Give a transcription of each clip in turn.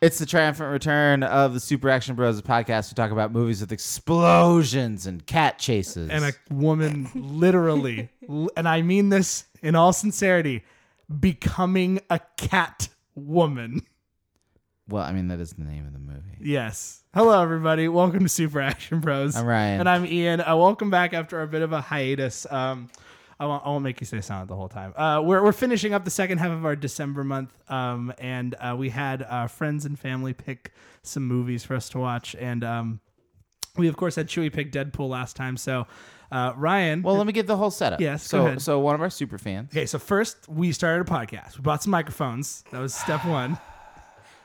It's the triumphant return of the Super Action Bros podcast. We talk about movies with explosions and cat chases. and a woman literally, l- and I mean this in all sincerity, becoming a cat woman. well, I mean, that is the name of the movie. Yes. Hello, everybody. Welcome to Super Action Bros. I'm Ryan. And I'm Ian. Uh, welcome back after a bit of a hiatus. Um, I won't, I won't make you stay silent the whole time. Uh, we're, we're finishing up the second half of our December month, um, and uh, we had uh, friends and family pick some movies for us to watch. And um, we, of course, had Chewy pick Deadpool last time. So, uh, Ryan. Well, let me get the whole setup. Yes, So, go ahead. so one of our super fans. Okay, so first we started a podcast. We bought some microphones. That was step one.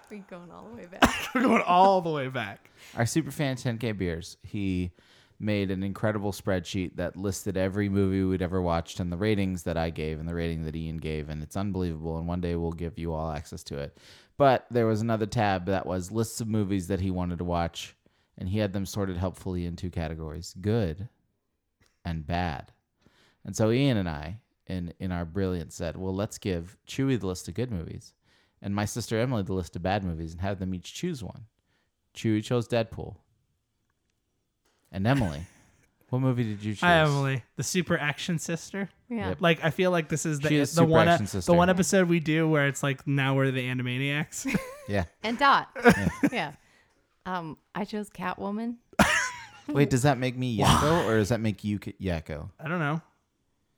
We're going all the way back. We're going all the way back. Our super fan 10K Beers, he made an incredible spreadsheet that listed every movie we'd ever watched and the ratings that I gave and the rating that Ian gave and it's unbelievable and one day we'll give you all access to it. But there was another tab that was lists of movies that he wanted to watch and he had them sorted helpfully in two categories, good and bad. And so Ian and I in in our brilliance said, "Well, let's give Chewy the list of good movies and my sister Emily the list of bad movies and have them each choose one." Chewy chose Deadpool. And Emily, what movie did you choose? Hi, Emily, the super action sister. Yeah. Yep. Like I feel like this is the e- She is the super one action the sister. one episode we do where it's like now we're the Animaniacs. Yeah. And Dot. yeah. Um, I chose Catwoman. Wait, does that make me Yakko or does that make you K- Yakko? I don't know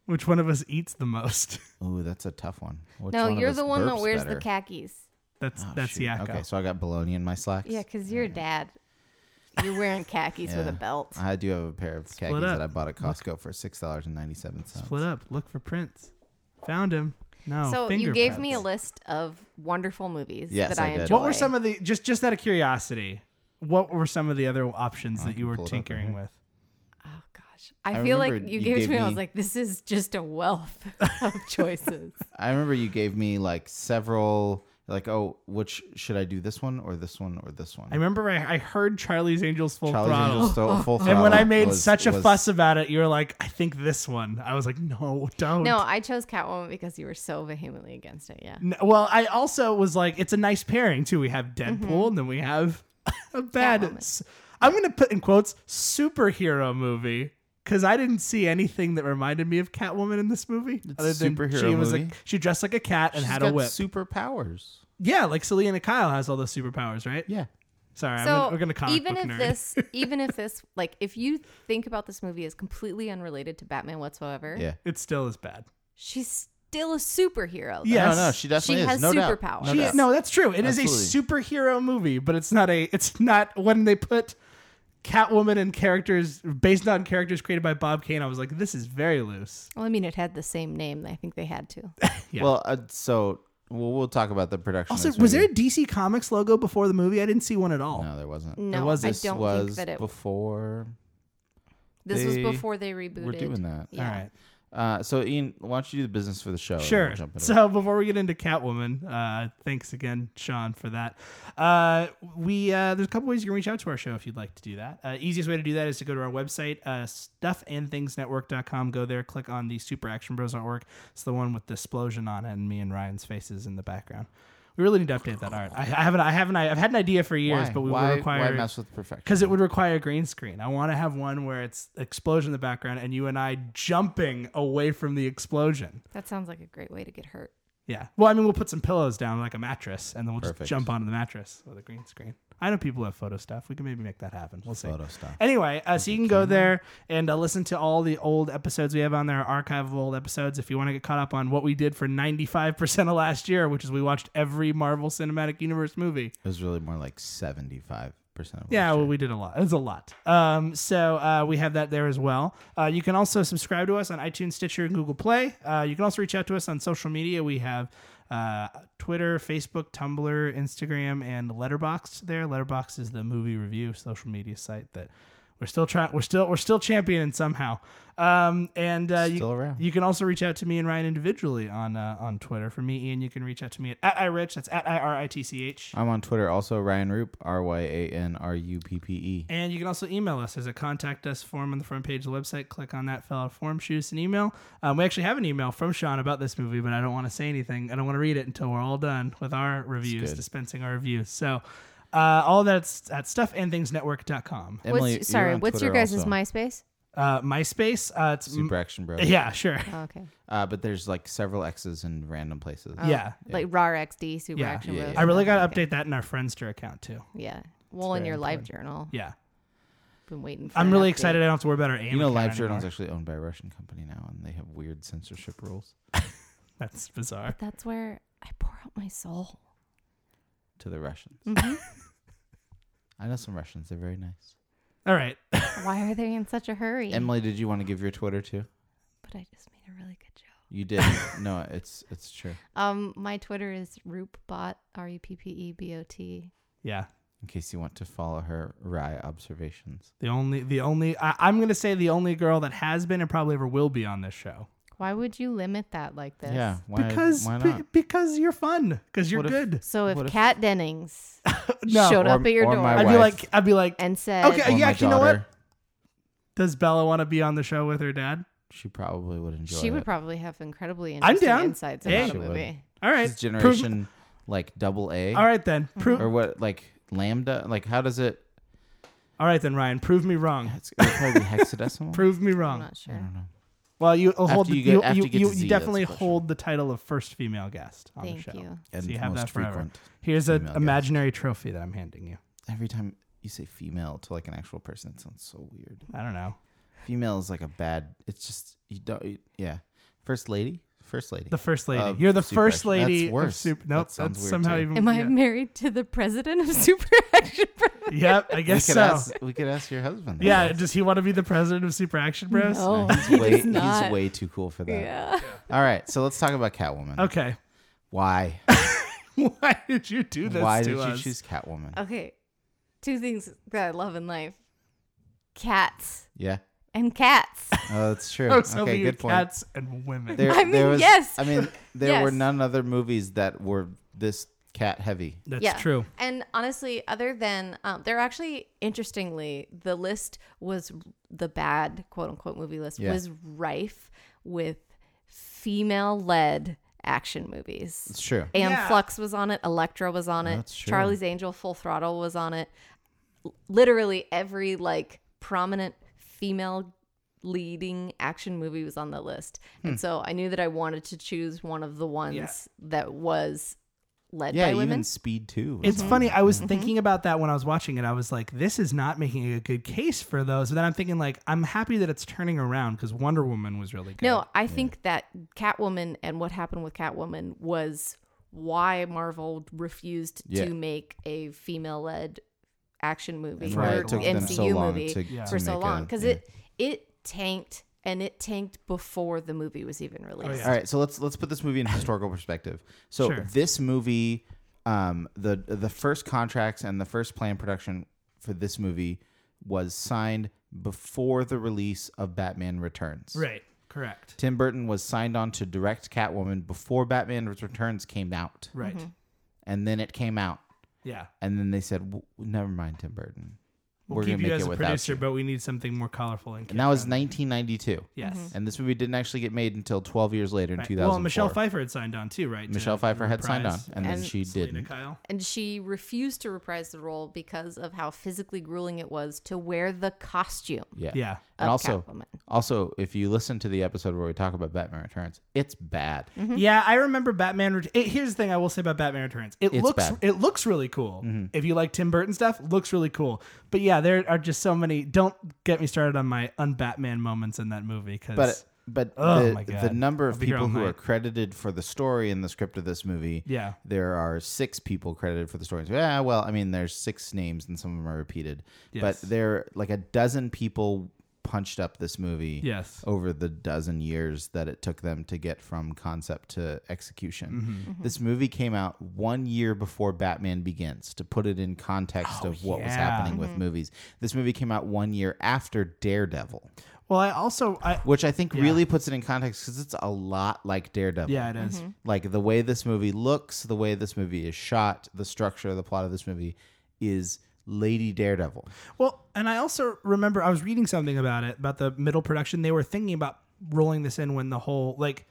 which one of us eats the most. Ooh, that's a tough one. Which no, one of you're us the one that burps wears better? the khakis. That's Oh, that's shoot. Yakko. Okay, so I got bologna in my slacks. Yeah, because you're dad. You're wearing khakis with Yeah. a belt. I do have a pair of khakis up. that I bought at Costco for six dollars and ninety seven cents. Split up. Look for Prince. Found him. No. so you finger gave prints. me a list of wonderful movies Yes, that I, I did. enjoy. What were some of the just just out of curiosity? What were some of the other options that can you were pull it up tinkering right with? Oh gosh, I, I feel like remember you, you gave, it gave to me. I was me- like, this is just a wealth of choices. I remember you gave me like several like, oh, which should I do this one or this one or this one? I remember I, I heard Charlie's Angels full Charlie's throttle. Angels so full and when I Throttle made was- such a was- fuss about it, you were like, I think this one. I was like, no, don't. no, I chose Catwoman because you were so vehemently against it. Yeah. N- well, I also was like, it's a nice pairing, too. We have Deadpool and then we have a bad, Mm-hmm. Catwoman. s- I'm going to put in quotes, superhero movie. Because I didn't see anything that reminded me of Catwoman in this movie. It's other than superhero she was a- movie. she dressed like a cat and She's had got a whip. superpowers. yeah, like Selena Kyle has all those superpowers, right? Yeah. Sorry, I'm so gonna, we're gonna comic even book if nerd. this even if this like if you think about this movie as completely unrelated to batman whatsoever Yeah. it still is bad. she's still a superhero though. Yeah. Yes. No, no, she definitely She is. has no doubt. superpowers. No She- doubt. No, that's true. It is Absolutely. a superhero movie, but it's not a. It's not when they put Catwoman and characters based on characters created by Bob Kane. I was like, this is very loose. well i mean it had the same name i think they had to Yeah. Well, uh, so well, we'll talk about the production. Also, of this was there a movie. DC Comics logo before the movie? I didn't see one at all. No, there wasn't. no was- i This don't was think that it before. this was they before they rebooted We're doing that. yeah All right. Uh, so, Ian, why don't you do the business for the show? and then Sure. we'll jump into it. So before we get into Catwoman, uh, thanks again, Sean, for that. Uh, we uh, there's a couple ways you can reach out to our show if you'd like to do that. Uh, easiest way to do that is to go to our website, uh, stuffandthingsnetwork.com. Go there, click on the Super Action Bros artwork. It's the one with the explosion on it and me and Ryan's faces in the background. We really need to update that art. I, I haven't. I haven't. I've had an idea for years, why? but we why, were required why mess with perfection? because it would require a green screen. I want to have one where it's explosion in the background and you and I jumping away from the explosion. that sounds like a great way to get hurt Yeah. Well, I mean, we'll put some pillows down like a mattress, and then we'll Perfect. just jump onto the mattress with a green screen. I know people who have photo stuff. We can maybe make that happen. We'll see. photo stuff. Anyway, uh, so you can go there and uh, listen to all the old episodes we have on there, our archive of old episodes. If you want to get caught up on what we did for 95% of last year, which is we watched every Marvel Cinematic Universe movie. It was really more like seventy-five percent. Yeah, well, we did a lot. It was a lot. Um, so uh, we have that there as well. Uh, you can also subscribe to us on iTunes, Stitcher, and Google Play. Uh, you can also reach out to us on social media. We have uh, Twitter, Facebook, Tumblr, Instagram, and Letterboxd there. Letterboxd is the movie review social media site that We're still trying. We're still we're still championing somehow. Um, and uh, Still you, around. you can also reach out to me and Ryan individually on uh, on Twitter. For me, Ian, you can reach out to me at, at irich. That's at i r i t c h. I'm on Twitter also Ryan Roop R Y A N R U P P E. And you can also email us. There's a contact us form on the front page of the website. Click on that, fill out a form, shoot us an email. Um, we actually have an email from Sean about this movie, but I don't want to say anything. I don't want to read it until we're all done with our reviews, good. dispensing our reviews. So uh, all that's at stuffandthingsnetwork.com. Emily, what's, sorry, you're on what's your Twitter guys' also. MySpace? Uh, MySpace, uh, it's Super Action Bros. yeah, sure. Oh, okay. Uh, but there's like several X's in random places. Oh, Yeah. Like RAR XD, Super Yeah. Action Yeah, Bros. yeah. I really got to Okay. update that in our Friendster account too. Yeah. Well, in very your live journal. Yeah. Been waiting for I'm an really update. excited. I don't have to worry about our aim. You know, account Live Journal's anymore. actually owned by a Russian company now, and they have weird censorship rules That's bizarre. That's where I pour out my soul. to the Russians. Mhm. Mm-hmm. I know some Russians; they're very nice. All right. Why are they in such a hurry? Emily, did you want to give your Twitter too? but I just made a really good joke. You did. no, it's it's true. Um, my Twitter is roopbot, R U P P E B O T. Yeah. In case you want to follow her wry observations, The only, the only, I, I'm gonna say the only girl that has been and probably ever will be on this show Why would you limit that like this? yeah. Why? because why be- not? because you're fun because you're What if- good. So if, What if- Cat Dennings No, showed Or- up at your or door my I'd be wife. like, I'd be like, and said, Okay. Or yeah, my you know what? daughter, does Bella want to be on the show with her dad? She probably would enjoy. she would it. probably have incredibly interesting down. insights Hey. about She a would. movie. All right, She's prove- generation like double A, all right then, Mm-hmm. prove. or what? Like lambda? Like how does it? All right then, Ryan, prove me wrong. It's it'll probably be hexadecimal. Prove me I'm wrong. not I sure. don't know. Well, you uh, hold you the, get- you, after you, you get you- to you Z, that's definitely the question. hold the title of first female guest on Thank the show. you. And So you have most that forever. frequent. Here's an Female guest. imaginary trophy that I'm handing you. Every time you say female to like an actual person, it sounds so weird. I don't know. Female is like a bad. It's just you don't. you- yeah, first lady, first lady. The first lady. Of You're the Super first Action. lady. That's of worse. Sup- That nope, sounds that's weird, somehow too. even. Am I yeah. married to the president of Super Action Bros? Yep, I we guess could so. ask. We could ask your husband. that. Yeah, does he want to be the president of Super Action Bros? No, he's he way, does he's not. way too cool for that. yeah. All right, so let's talk about Catwoman. Okay. Why? Why did you do this Why to did you us? choose Catwoman? Okay. Two things that I love in life cats yeah, and cats. oh, that's true. I was hoping okay, you good had point. cats and women. There, I mean, there was, yes. I mean, there were Yes. none other movies that were this cat heavy. That's Yeah. true. And honestly, other than um, they're actually interestingly, the list was the bad quote unquote movie list Yeah. was rife with female led action movies. It's true. And Yeah. Flux was on it, Electra was on it, That's true. Charlie's Angel Full Throttle was on it. L- Literally every like prominent female leading action movie was on the list. Hmm. And so I knew that I wanted to choose one of the ones that was led Yeah, by even women. Speed Two. was It's on funny. there. I was Mm-hmm. thinking about that when I was watching it. I was like, this is not making a good case for those. But then I'm thinking, like, I'm happy that it's turning around because Wonder Woman was really good. No, I think that Catwoman and what happened with Catwoman was why Marvel refused Yeah. to make a female-led action movie And or why Right. it took them MCU so long movie to, Yeah. to for so make long a- because yeah. it it tanked and it tanked before the movie was even released. yeah. All right, so let's let's put this movie in historical perspective. So Sure. this movie, um, the the first contracts and the first planned production for this movie was signed before the release of Batman Returns. Right. Correct. Tim Burton was signed on to direct Catwoman before Batman Returns came out, Right. Mm-hmm. and then it came out, Yeah. and then they said, w "Never mind, Tim Burton, We'll we're keep gonna you make as it a without producer, you." but we need something more colorful and. And that was 1992. Yes. And this movie didn't actually get made until 12 years later in Mm-hmm. Right. 2004. Well, Michelle Pfeiffer had signed on too, right? to Michelle Pfeiffer had signed on, reprise and then And she Selena didn't. Kyle. And she refused to reprise the role because of how physically grueling it was to wear the costume. Yeah. Yeah. And of also, Catwoman. also, if you listen to the episode where we talk about Batman Returns, it's bad. Yeah, I remember Batman. Ret- it, here's the thing I will say about Batman Returns. It It's looks bad. Mm-hmm. it looks really cool. If you like Tim Burton stuff, looks really cool. But yeah, there are just so many. Don't get me started on my un-Batman moments in that movie because But but Oh the, my God. the number of I'll be here people all who night. are credited for the story and the script of this movie, yeah, there are six people credited for the story. So, yeah, well, I mean, there's six names and some of them are repeated, Yes. but there are like a dozen people punched up this movie Yes. over the dozen years that it took them to get from concept to execution. Mm-hmm. This movie came out one year before Batman Begins to put it in context of what was Oh, yeah. happening with movies. This movie came out one year after Daredevil, Well, I also I which I think really puts it in context because it's a lot like Daredevil yeah, it is. like the way this movie looks, the way this movie is shot, the structure, the plot of this movie is Lady Daredevil. Well, and I also remember I was reading something about it about the middle production. They were thinking about rolling this in when the whole like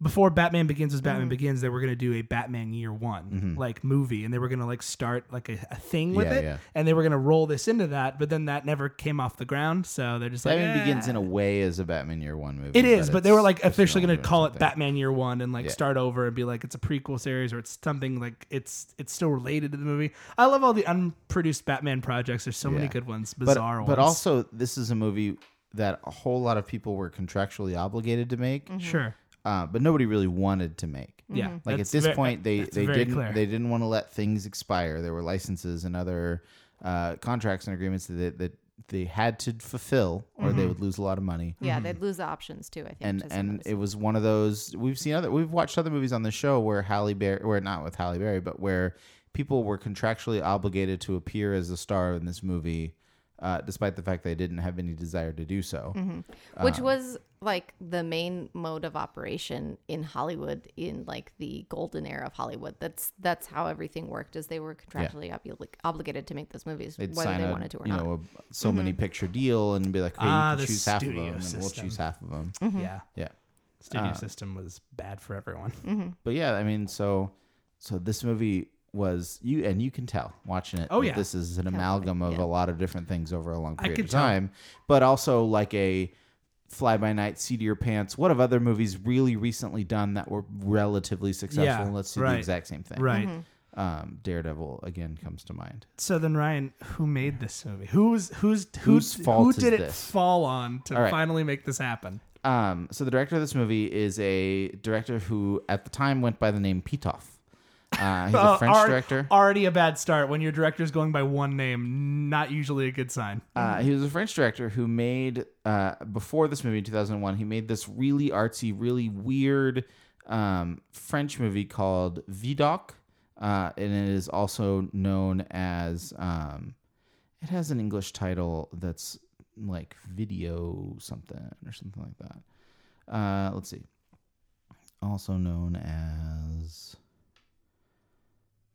before Batman Begins was Mm-hmm. Batman Begins, they were going to do a Batman Year One like movie, and they were going to like start like a, a thing with Yeah, it, yeah. and they were going to roll this into that. But then that never came off the ground, so they're just like Batman Begins "Eh." in a way is a Batman Year One movie. It is, but they it's were like Chris officially Nolan going to call doing it Batman Year One and like Yeah. start over and be like it's a prequel series or it's something like it's it's still related to the movie. I love all the unproduced Batman projects. There's so many Yeah. good ones, something. bizarre but, ones. but also this is a movie that a whole lot of people were contractually obligated to make, sure, uh, but nobody really wanted to make. yeah. Like that's at this ve- point, they that's they very didn't clear. they didn't want to let things expire. There were licenses and other uh, contracts and agreements that that they had to fulfill, or Mm-hmm. they would lose a lot of money. Yeah, they'd lose the options too. I think. Mm-hmm. and to some and of it those. was one of those we've seen other we've watched other movies on the show where Halle Berry where not with Halle Berry but where people were contractually obligated to appear as a star in this movie uh, despite the fact they didn't have any desire to do so Mm-hmm. which Um, was like the main mode of operation in Hollywood in like the golden era of Hollywood. That's that's how everything worked. Is they were contractually obli- obligated to make those movies, they'd whether sign they a, wanted to or you not. Mm-hmm. know a, so many picture deal and be like okay Ah, you the can choose half of studio them and we'll system. choose half of them yeah. Uh, yeah Studio system was bad for everyone. but yeah I mean so so this movie was you and you can tell watching it Oh, that yeah. this is an amalgam of a yeah. lot of different things over a long period could of tell. time but also like a fly by night seat of your pants what have other movies really recently done that were relatively successful Yeah, and let's do right. the exact same thing Right. um daredevil again comes to mind So then, Ryan, who made this movie? Who's who's who, Whose fault who did is it this? fall on to All right. finally make this happen? um so the director of this movie is a director who at the time went by the name pitoff uh, he's Uh, a french alre- director Already a bad start when your director's going by one name. Not usually a good sign. Uh, he was a French director who made uh, before this movie in 2001. He made this really artsy, really weird um, French movie called Vidoc, uh, and it is also known as. Um, it has an English title that's like video something or something like that. Uh, let's see. Also known as.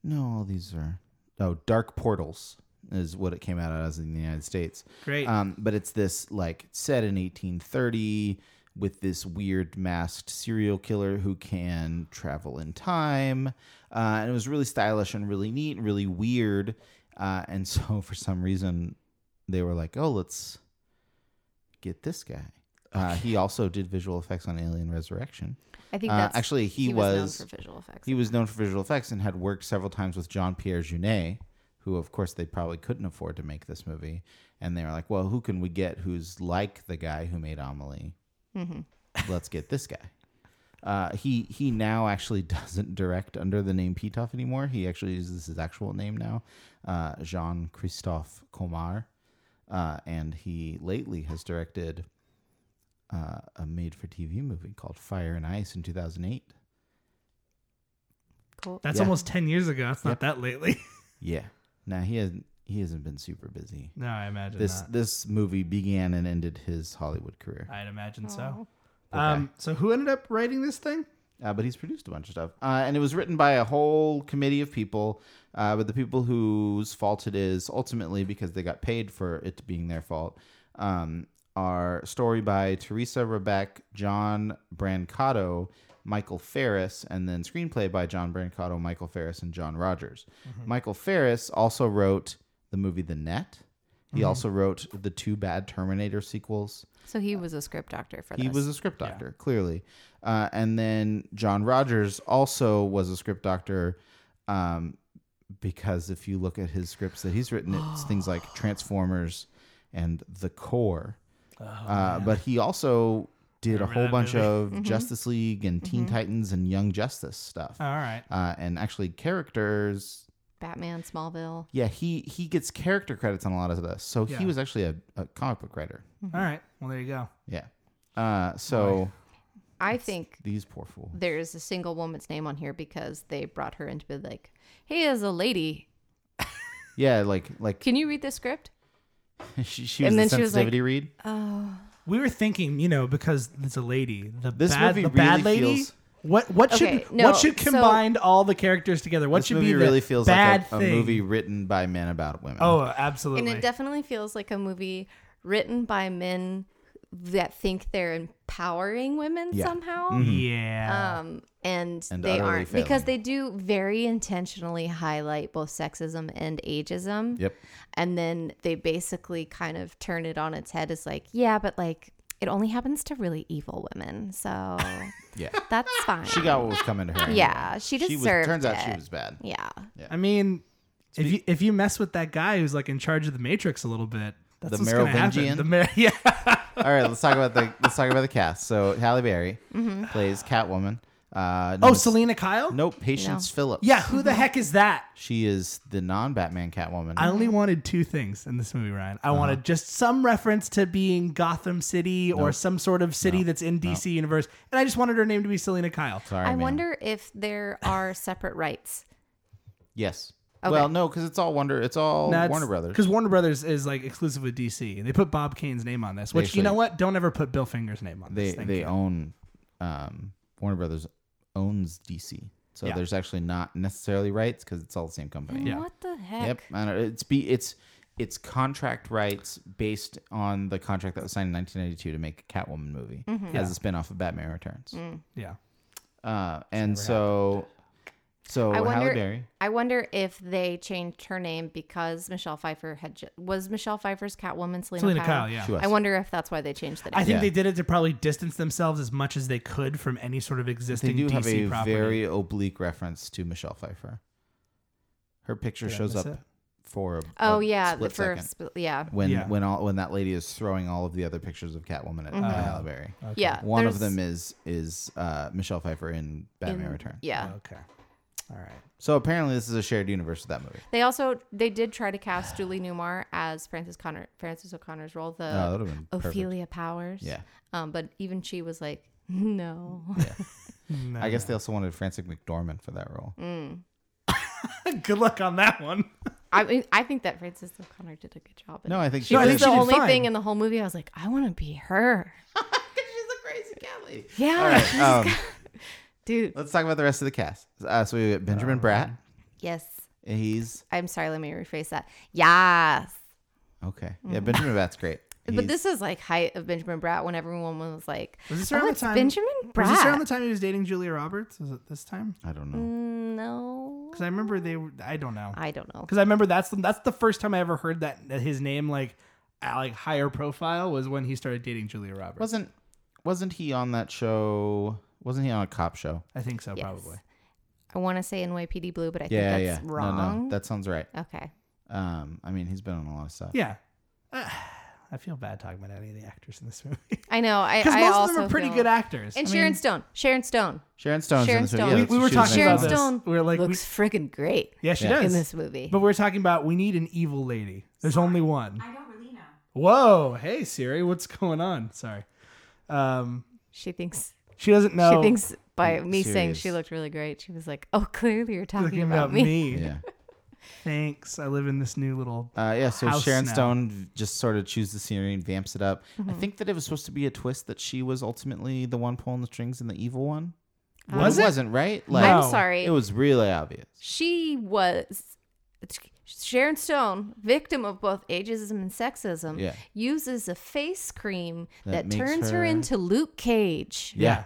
No, all these are. Oh, Dark Portals is what it came out as in the United States. Great. Um, but it's this like set in 1830 with this weird masked serial killer who can travel in time. Uh, and it was really stylish and really neat and really weird. Uh, and so for some reason, they were like, oh, let's get this guy. Uh, he also did visual effects on Alien Resurrection. I think uh, that's actually, he was- known for visual effects. He was known for visual effects and had worked several times with Jean Pierre Junet, who, of course, they probably couldn't afford to make this movie. And they were like, well, who can we get who's like the guy who made Amelie? Mm-hmm. Let's get this guy. Uh, he he now actually doesn't direct under the name Pitoff anymore. He actually uses his actual name now, uh, Jean Christophe Comar, uh, and he lately has directed uh, a made-for-TV movie called Fire and Ice in 2008. cool. That's yeah. almost ten years ago. It's not that lately. Yeah. Now he hasn't he hasn't been super busy. no, I imagine This not. this movie began and ended his Hollywood career. I'd imagine so. Okay. Um, so who ended up writing this thing? Uh, but he's produced a bunch of stuff, uh, and it was written by a whole committee of people. Uh, but the people whose fault it is ultimately, because they got paid for it being their fault, um, are story by Teresa Rebeck, John Brancato, Michael Ferris, and then screenplay by John Brancato, Michael Ferris, and John Rogers. Michael Ferris also wrote the movie The Net. He also wrote the two bad Terminator sequels. So he was a script doctor for He this. was a script doctor, clearly. Uh, and then John Rogers also was a script doctor um, because if you look at his scripts that he's written, it's things like Transformers and The Core. uh, but he also did a Oh, Remember whole that bunch movie? of Justice Oh. League and Teen Titans and Young Justice stuff. All right. Uh, and actually, characters Batman, Smallville. Yeah, he he gets character credits on a lot of this. So Yeah. he was actually a, a comic book writer. All right. Well, there you go. Yeah. Uh, so I think these poor fools. there's a single woman's name on here because they brought her in to be like, "Hey, as a lady, Yeah, like like can you read this script?" she, she was And the then she was like- sensitivity read. We were thinking, you know, because it's a lady, the This bad, movie the really bad lady. feels- What what Okay, should no, what should so- combine all the characters together? What This should movie be the really feels bad like a, a thing? movie written by men about women. Oh, absolutely. And it definitely feels like a movie written by men that think they're empowering women Yeah. Mm-hmm. somehow. yeah. Um, and, And they utterly aren't failing. because they do very intentionally highlight both sexism and ageism. Yep. And then they basically kind of turn it on its head. It's like, yeah, but like it only happens to really evil women. So Yeah. that's fine. She got what was coming to her. anyway. yeah, she She was deserved turns out she it. was bad. Yeah. I mean, if you if you mess with that guy who's like in charge of the Matrix a little bit, that's The what's gonna happen. Merovingian? The Mer- yeah. All right, let's talk about the let's talk about the cast. So Halle Berry Mm-hmm. plays Catwoman. Uh, Oh, Miss- Selena Kyle. no, Patience No. Phillips. Yeah. Who the heck is that? she is the non-Batman Catwoman. I only wanted two things in this movie, Ryan. Uh-huh. I wanted just some reference to being Gotham City or some sort of city that's in DC universe, and I just wanted her name to be Selena Kyle. Sorry, I man. wonder if there are separate rights. Yes. Okay. Well, no, because it's all Wonder. It's all Warner Brothers. Because Oh, Warner Brothers is like exclusive with DC, and they put Bob Kane's name on this. Which Basically- you know what? Don't ever put Bill Finger's name on They this. Thank they you. own um, Warner Brothers owns DC, so Yeah. there's actually not necessarily rights because it's all the same company. Yeah. What the heck? Yep. I know. It's be it's it's contract rights based on the contract that was signed in 1992 to make a Catwoman movie Mm-hmm. as a spin-off of Batman Returns. Mm. yeah. Uh, and so so I wonder- Halle Berry. I wonder if they changed her name because Michelle Pfeiffer had ju- was Michelle Pfeiffer's Catwoman Selena, Selena Kyle. Kyle, yeah. She was. I wonder if that's why they changed the name. I think Yeah. they did it to probably distance themselves as much as they could from any sort of They existing do DC have a property. very oblique reference to Michelle Pfeiffer. Her picture Did I shows miss up it? for a, oh a yeah, split the for second. sp- yeah. when Yeah. Mm-hmm. when all when that lady is throwing all of the other pictures of Catwoman at at Halle Berry. Uh, Yeah. One of Uh, there's- them is is uh, Michelle Pfeiffer in Batman in- Return. Yeah. Okay. All right. So apparently this is a shared universe of that movie. They also they did try to cast Julie Newmar as Frances Connor Frances O'Connor's role, the Oh, that would have been perfect. Uh, Ophelia Powers. Yeah. Um, but even she was like, no. I guess they also wanted Francis McDormand for that role. Mm. Good luck on that one. I mean, I think that Frances O'Connor did a good job. in No, it. I think she she was did. I think the she did only fine. thing in the whole movie. I was like, I want to be her. She's a crazy cat Yeah, All right, um, dude. let's talk about the rest of the cast. Uh, so we got Benjamin Bratt. Yes. He's I'm sorry, let me rephrase that. Yes. okay. Yeah, Benjamin Bratt's great. Mm. but He's- this is like height of Benjamin Bratt when everyone was like, Was this "Oh, around the it's time- Benjamin Bratt." Was this around the time he was dating Julia Roberts? Was it this time? I don't know. Mm, no, Because I remember they were. I don't know. I don't know. Because I remember that's the, that's the first time I ever heard that, that his name like at, like higher profile was when he started dating Julia Roberts. Wasn't wasn't he on that show? Wasn't he on a cop show? I think so, Yes. probably. I want to say NYPD Blue, but I Yeah, think yeah. that's wrong. No, no, that sounds right. okay. Um, I mean, he's been on a lot of stuff. Yeah. Uh, I feel bad talking about any of the actors in this movie I know. I, because I most also of them are pretty feel- good actors. And I Sharon mean, Stone. Sharon Stone. Sharon Stone's Sharon in this movie. Stone. Yeah, We- that's we what were she was talking in. Sharon about this. Stone We were like, we- looks friggin' great yeah, she Yeah. does in this movie. But we're talking about we need an evil lady. There's only one. I don't really know. Whoa, hey Siri, what's going on? Sorry. Um, she thinks. she doesn't know. She thinks by me saying serious. she looked really great, she was like, "Oh, clearly you're She's talking, about, me." Yeah. Thanks. I live in this new little. Uh, yeah, so house Sharon now. Stone v- just sort of chews the scenery and vamps it up. I Mm-hmm. think that it was supposed to be a twist that she was ultimately the one pulling the strings and the evil one. But Was it? wasn't, right? No. Uh, I'm sorry. It was really obvious. she was Sharon Stone, victim of both ageism and sexism, Yeah. uses a face cream That that, makes turns her... her- into Luke Cage. Yeah.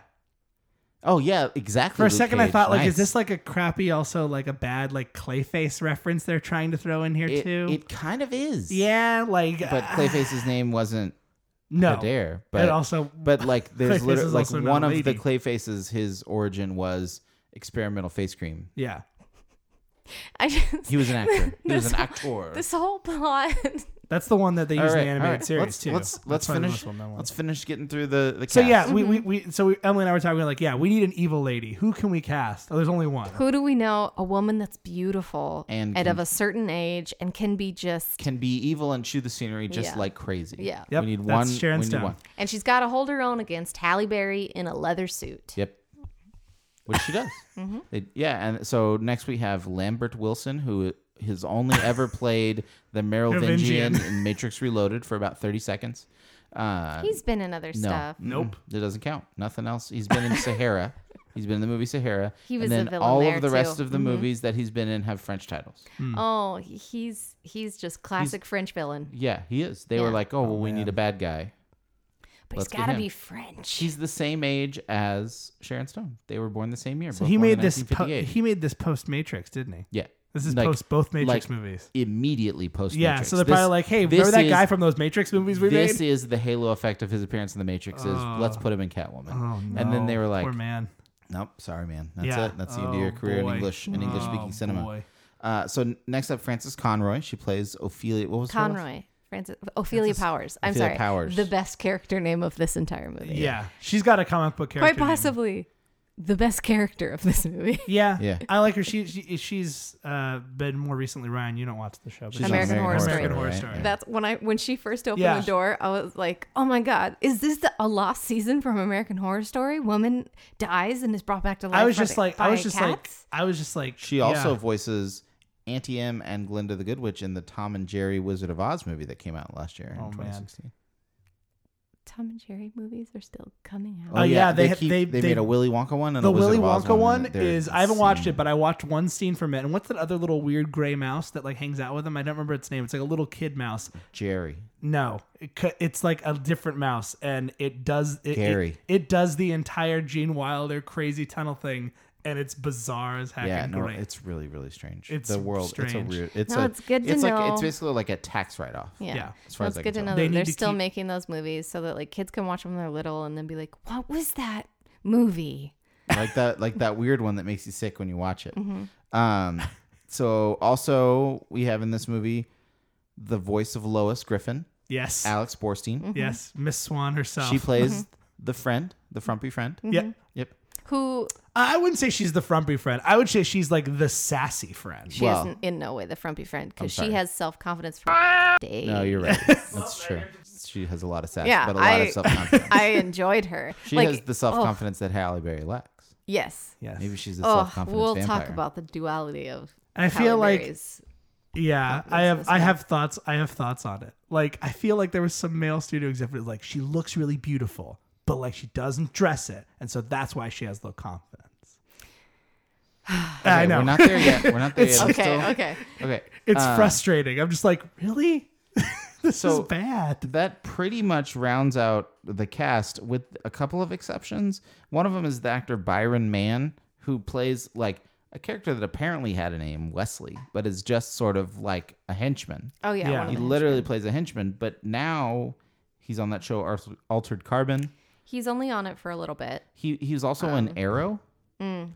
Oh, yeah, exactly. For a Luke second, I Cage. thought like, Nice. is this like a crappy, also like a bad like Clayface reference they're trying to throw in here it, too? it kind of is. yeah, like But uh, Clayface's name wasn't no. Adair. But But also, but like there's Clayface literally is like also not a one of the lady. Clayfaces. His origin was experimental face cream. yeah, I just He was an actor. He was This- an actor. this whole plot. That's the one that they use All in right, the all animated right. series let's, too. Let's That's let's probably the finish. most well-known one. Let's Mm-hmm. finish getting through the the. Cast. So yeah, we, we, we so we, Emily and I were talking. We are like, yeah, we need an evil lady. Who can we cast? Oh, there's only one. Who do we know? A woman that's beautiful And can- and, of a certain age and can be just can be evil and chew the scenery just Yeah. like crazy. Yeah. Yep, we need one. that's Sharon we need Stone. one. and she's got to hold her own against Halle Berry in a leather suit. Yep. Which she does. Mm-hmm. They- yeah, and so next we have Lambert Wilson, who has only ever played the Merovingian Merovingian. in Matrix Reloaded for about thirty seconds. Uh, He's been in other no, stuff. Nope. Mm, it doesn't count. Nothing else. He's been in Sahara. He's been in the movie Sahara. He and was a then villain all there, of the rest too. of the Mhm. movies that he's been in have French titles. Oh, he- he's he's just classic French villain. Yeah, he is. They were Yeah. like, oh, well, we need a bad guy. But let's he's get got to him. be French. He's the same age as Sharon Stone. They were born the same year. So both he born in made this. Po- 1958. he made this post Matrix, didn't he? yeah. This is Like- post both like, Matrix movies. Immediately post. Yeah, Matrix. so they're This- probably like, hey, this remember that is- guy from those Matrix movies we this made? is the halo effect of his appearance in the Matrix. Is Oh. let's put him in Catwoman. Oh, And then they no. were like, poor man. nope, sorry, man. That's yeah. it. That's the end of your Oh, career boy. in English in English speaking Oh, cinema. boy. Uh, so n- next up, Frances Conroy. She plays Ophelia. What was her last- Conroy. Francis Ophelia Powers. I'm Ophelia sorry. Powers. The best character name of this entire movie. Yeah. she's got a comic book character. Quite name. possibly the best character of this movie. Yeah, Yeah. I like her. She, she she's uh, been more recently. Ryan, you don't watch the show. But She's on American Horror Story. American Horror right? Story. Yeah. That's when I when she first opened Yeah. the door, I was like, "Oh my god, is this the, a lost season from American Horror Story? Woman dies and is brought back to life." I was by just the- like, I was by just like, cats? I was just like. She yeah. also voices Auntie M and Glinda the Good Witch in the Tom and Jerry Wizard of Oz movie that came out last year in Oh, man. 2016. Tom and Jerry movies are still coming Oh out. Uh, yeah, yeah, they they- keep- they- they they- made a Willy Wonka one and The a Wizard Willy of Oz Wonka one and they're is I haven't watched it, insane. but I watched one scene from it. And what's that other little weird gray mouse that like hangs out with him? I don't remember its name. It's like a little kid mouse. Jerry. No, it, cou- it's like a different mouse, and it does it, Scary. It, it does the entire Gene Wilder crazy tunnel thing, and it's bizarre as heck. Yeah, and no, great. it's really really strange. It's the world. It's a strange. weird. It's No, a. it's good to it's like it's know. basically like a tax write off. yeah. yeah. As far That's as I good to can know tell. They that they're need to still keep- making those movies so that like kids can watch them when they're little and then be like, "What was that movie?" like that like that weird one that makes you sick when you watch it. Um, so also we have in this movie the voice of Lois Griffin, yes, Alex Borstein. Mm-hmm. yes, Miss Swan herself. Oh. She Mhm. plays the friend, the frumpy friend. yeah, Yep. Who I wouldn't say she's the frumpy friend. I would say she's like the sassy friend. she Well- isn't in no way the frumpy friend because sorry. she has self confidence for days. No, Oh, you're right. That's true. She has a lot of sass, Yeah, but a lot I- of self confidence. I enjoyed her. She Like, oh, has the self confidence that Halle Berry lacks. Yes. Yes, Maybe she's a self Oh, confidence we'll vampire. talk about the duality of. I feel Halle like- Berry's Yeah, Oh, I it's have this I one. have thoughts I have thoughts on it. Like I feel like there was some male studio executive like she looks really beautiful, but like she doesn't dress it, and so that's why she has low confidence. I Okay, know We're not there yet. We're not there It's- yet. It's okay, still- okay. Okay. it's uh, frustrating. I'm just like, really, this so- is bad. that pretty much rounds out the cast with a couple of exceptions. One of them is the actor Byron Mann, who plays like a character that apparently had a name, Wesley, but is just sort of like a henchman. Oh yeah, Yeah. One He of the literally plays a henchman, but now he's on that show Ar- Altered Carbon. He's only on it for a little bit. He he's also Oh. in Arrow.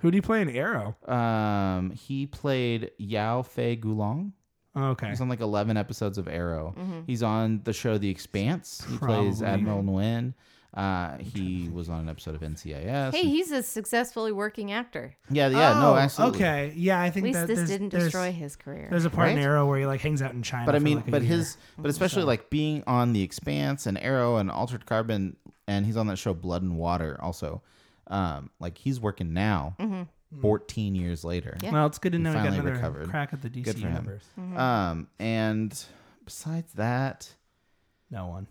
Who do you play in Arrow? Um, he played Yao Fei Gulong. Okay, He's on like 11 episodes of Arrow. Mm-hmm. He's on the show The Expanse. He plays Probably. Admiral Nguyen. Uh, he was on an episode of NCIS. Hey, he's a successfully working actor. yeah, yeah, no, Oh, absolutely. Okay, yeah, I At think least that this there's- didn't there's- destroy his career. There's a part in Right? Arrow where he like hangs out in China. But I for, mean, like, a but year. his, but especially like being on The Expanse and Arrow and Altered Carbon, and he's on that show Blood and Water also. Um, like he's working now, Hmm. 14 years later. Mm-hmm. Yeah. well, it's good to know he, got finally another recovered. crack at the DC Good for him. universe. Um, and besides that, No one,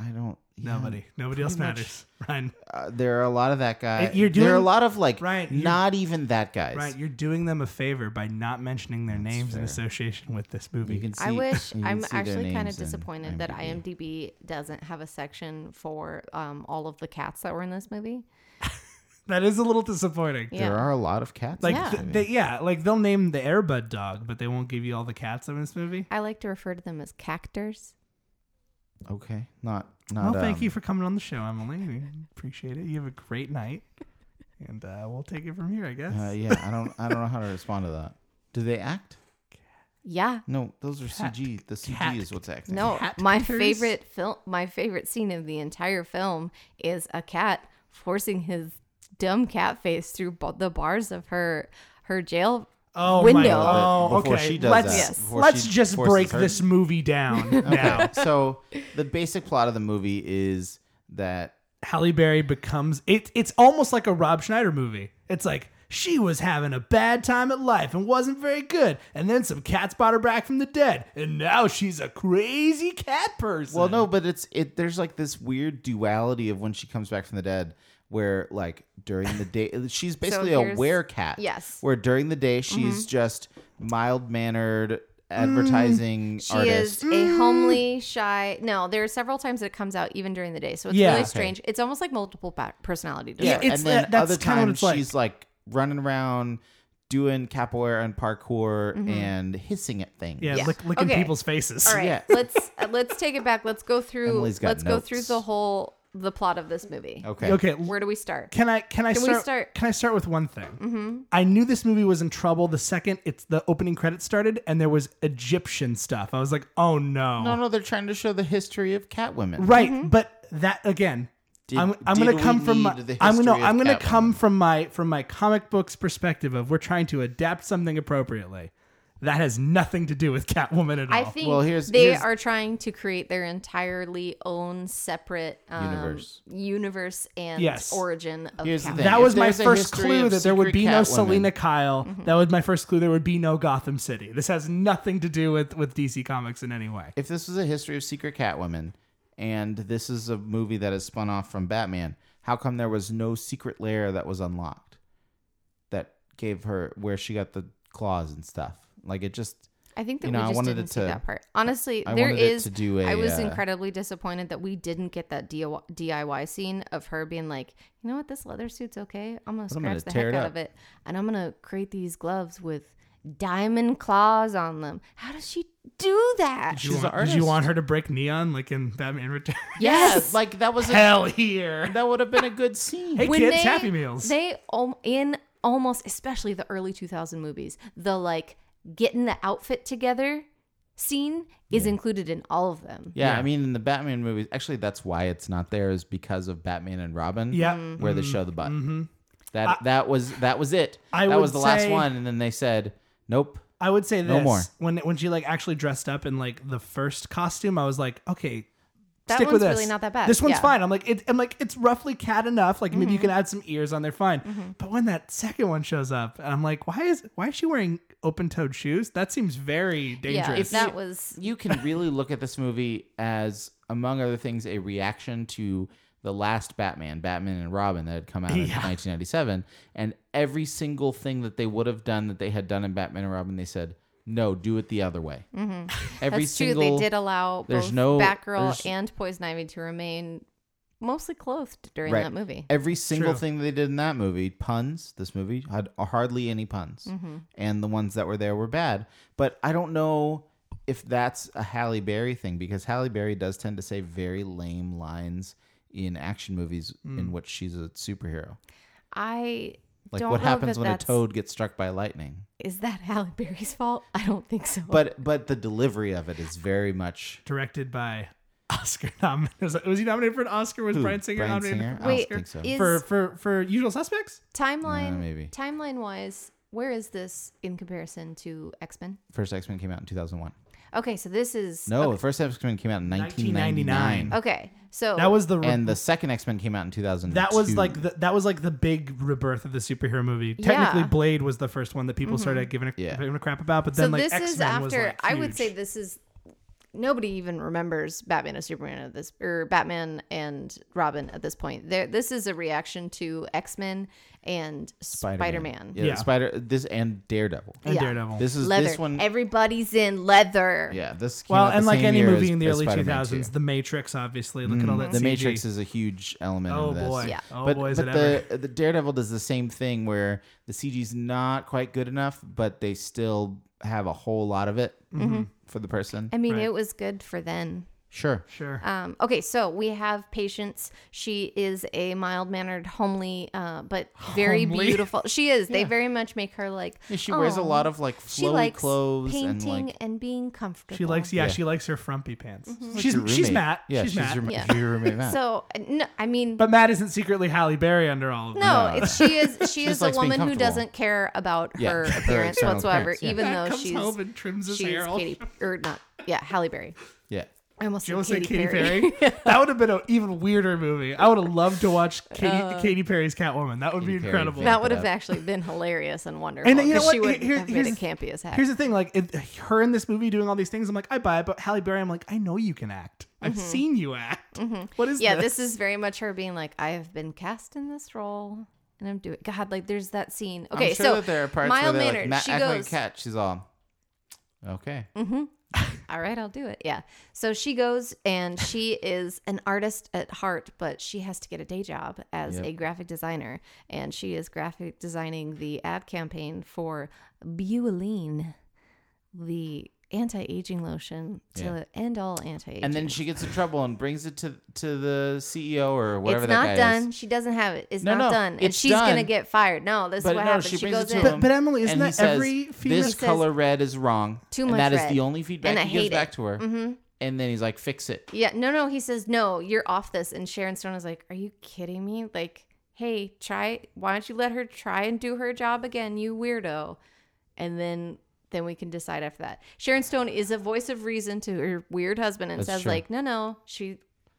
I don't. yeah, nobody, nobody else pretty much- matters. Ryan. Uh, there are a lot of that guy. You're there are a doing- lot of like Ryan, you're- not even that guys. Right, you're doing them a favor by not mentioning their names in fair. association with this movie. You can see, I wish. you can I'm see their actually kind of names in disappointed that IMDb. IMDb doesn't have a section for um, all of the cats that were in this movie. that is a little disappointing. Yeah. There are a lot of cats. in Like, yeah. Yeah. this movie. they, yeah, like they'll name the Airbud dog, but they won't give you all the cats in this movie. I like to refer to them as cactors. okay, not not. Well, thank um, you for coming on the show, Emily. We appreciate it. You have a great night, and uh, we'll take it from here, I guess. uh, yeah, I don't. I don't know how to respond to that. Do they act? Yeah. No, those are Cat- CG. The CG cat- is what's acting. No, Cat my pictures? favorite film, my favorite scene of the entire film is a cat forcing his dumb cat face through b- the bars of her her jail. Oh Window. my Oh, god. Before okay. she does let's that, Yes. before let's she just forces break her- this movie down now. Okay, so the basic plot of the movie is that Halle Berry becomes it. It's almost like a Rob Schneider movie. It's like she was having a bad time at life and wasn't very good, and then some cats brought her back from the dead, and now she's a crazy cat person. Well, no, but it's it. There's like this weird duality of when she comes back from the dead, where like during the day she's basically a here's- werecat. cat. yes. Where during the day she's Mm-hmm. just mild Mm. mannered advertising She artist. Mm. is a homely, shy. No, there are several times that it comes out even during the day, so it's Yeah. really Okay. strange. It's almost like multiple pa- personality yeah, disorder. it's- and then that- that's other kinda what times it's like. she's like running around doing capoeira and parkour and hissing at things. Mm-hmm. yeah, Yeah. Lick, licking Okay. people's faces. All right, yeah. let's uh, let's take it back. Let's go through. Emily's got Let's go through notes. the whole the plot of this movie. Okay. Okay, l- Where do we start? Can I can I Can we start, start- Mm-hmm. Can I start with one thing? I knew this movie was in trouble the second it's the opening credits started and there was Egyptian stuff. I was like, oh no, No, no, they're trying to show the history of cat women. right? But that again, Did- I'm, I'm did gonna we come from need my, the I'm gonna history of I'm gonna Catwoman? come from my from my comic books perspective of we're trying to adapt something appropriately. That has nothing to do with Catwoman at all. I think Well, here's- they here's- are trying to create their entirely own separate um, Universe. universe and Yes. origin of Here's the Catwoman. thing. that If was my there's a first history clue of that there would secret be no Catwoman- Selena Kyle. Mm-hmm. That was my first clue there would be no Gotham City. This has nothing to do with with DC Comics in any way. if this was a history of secret Catwoman, and this is a movie that is spun off from Batman, how come there was no secret lair that was unlocked that gave her where she got the claws and stuff? Like it just I think that you know, we I just wanted didn't it see to- that part. Honestly, I there wanted it is. to do a, I was uh, incredibly disappointed that we didn't get that DIY scene of her being like, you know what, this leather suit's okay. I'm gonna But I'm gonna scratch the tear heck it out up." of it, and I'm gonna create these gloves with diamond claws on them. How does she do that? Did you, She's an want, did you artist. want her to break neon like in Batman Returns? yes, like that was a, Hell here. that would have been a good scene. Hey kids, Happy Meals. They al- in almost especially the early 2000 movies, the like getting the outfit together scene is included in all of them. yeah, I mean in the Batman movies, actually that's why it's not there is because of Batman and Robin. Yeah. Mm-hmm. where they show the butt. That that was that was it. I that would was the last say- one, and then they said, "Nope, I would say this. No more. When when she like actually dressed up in like the first costume, I was like, okay, That stick one's with this. really not that bad. This one's Yeah. Mm-hmm. fine. I'm like, it, I'm like, it's roughly cat enough. Like maybe you can add some ears on there, fine. But when that second one shows up, and I'm like, why is why is she wearing open toed shoes? That seems very Yeah, dangerous. that was you can really look at this movie as, among other things, a reaction to the last Batman, Batman and Robin, that had come out in 1997. And every single thing that they would have done that they had done in Batman and Robin, they said, no, do it the other way. Every Mm-hmm. that's true. single. They did allow there's both no- Batgirl there's- and Poison Ivy to remain mostly clothed during Right. that movie. Every single True. thing they did in that movie, puns. This movie had hardly any puns, Mm-hmm. and the ones that were there were bad. But I don't know if that's a Halle Berry thing because Halle Berry does tend to say very lame lines in action movies in which she's a superhero. I Like don't what know happens that when a that's- toad gets struck by lightning. Is that Halle Berry's fault? I don't think so. But but the delivery of it is very much directed by Oscar nominated. Was, was he nominated for an Oscar? Was Who, Brian Singer Bryan nominated Singer? for I don't Wait, Oscar? think so. is for for for Usual Suspects? timeline Uh, maybe. timeline wise, where is this in comparison to X Men? first X Men came out in two thousand one. Okay, so this is No, the first X Men came out in nineteen ninety 1999. nine. Okay, so That was the re- And the second X Men came out in two thousand. that was like the, that was like the big rebirth of the superhero movie. Technically, Yeah. Mm-hmm. Blade was the first one that people started giving a, Yeah. giving a crap about, but so then like this X-Men is after was like I would huge. say this is nobody even remembers Batman and Superman at this or Batman and Robin at this point. There, this is a reaction to X Men and Spider Man. Yeah, Yeah. Oh. Spider. This and Daredevil. and yeah. Daredevil. This is Leather. this one. Everybody's in leather. yeah, this. Came well, out the and like same any year movie as- in the as early two Spider-Man thousands, 2. The Matrix, obviously. Look at all that. the CG. Matrix is a huge element. Oh in this. boy. Yeah. Oh but, boy, is but it the ever? the Daredevil does the same thing where the CG's not quite good enough, but they Mm-hmm. Mm-hmm. still have a whole lot of it for the person. I mean, Right. it was good for then. Sure. Sure. Um, okay, so we have Patience. She is a mild mannered, homely, uh, but very Homely? beautiful. She is. They very much make her like. Yeah, she wears a "Aw." lot of like She flowy likes clothes painting and and, like being comfortable. She likes, yeah, Yeah. she likes her frumpy pants. Mm-hmm. like She's your she's roommate. Matt. Yeah, she's, Matt. Your, Yeah. your roommate Matt. So, no, I mean, But Matt isn't secretly Halle Berry under all of no, it's, she is. She, just is a likes being woman who comfortable. doesn't care about Yeah, her her appearance external whatsoever, appearance, yeah. even Matt though comes she's home and trims his she's hair all- Katy or not. Yeah, Halle Berry. yeah. I almost Do you want to said say Katy Katy Perry. Perry? that would have been an even weirder movie. I would have loved to watch Uh, Katy, Katy Perry's Catwoman. That would be Katy Perry incredible. vamp That would it have up. actually been hilarious and wonderful. And you know 'cause what? She would Here- have here's made it the- campy as heck. Here's the thing, like it, her in this movie doing all these things. I'm like, I buy it, but Halle Berry, I'm like, I know you can act. I've seen you act. What is Mm-hmm. yeah, this? this is very much her being like, I have been cast in this role and I'm doing God, like there's that scene. Okay, I'm sure so that there are parts mild where they're mannered. like, Matt she acting like a goes, Mm-hmm. cat. She's all, okay. All right, I'll do it. Yeah. So she goes and she is an artist at heart, but she has to get a day job as Yep. a graphic designer. And she is graphic designing the ad campaign for Bueline, the anti aging lotion to Yeah. end all anti aging. And then she gets in trouble and brings it to to the CEO or whatever it's that not guy done. is. She doesn't have it. It's No, not no, done. And it's she's gonna done. get fired. No, this But is what no, happens. she She, brings it goes to in. him. But Emily, isn't and he that says, every female? this says, color red is wrong. "Too much And that is red, the only feedback and I he gives hate it." Mm-hmm. back to her. And then he's like, fix it. Yeah, no, no. He says no. You're off this. And Sharon Stone is like, "Are you kidding me? Like, hey, try. Why don't you let her try and do her job again? You weirdo." And then then we can decide after that. Sharon Stone is a voice of reason to her weird husband and That's says true. like, "No, no. She,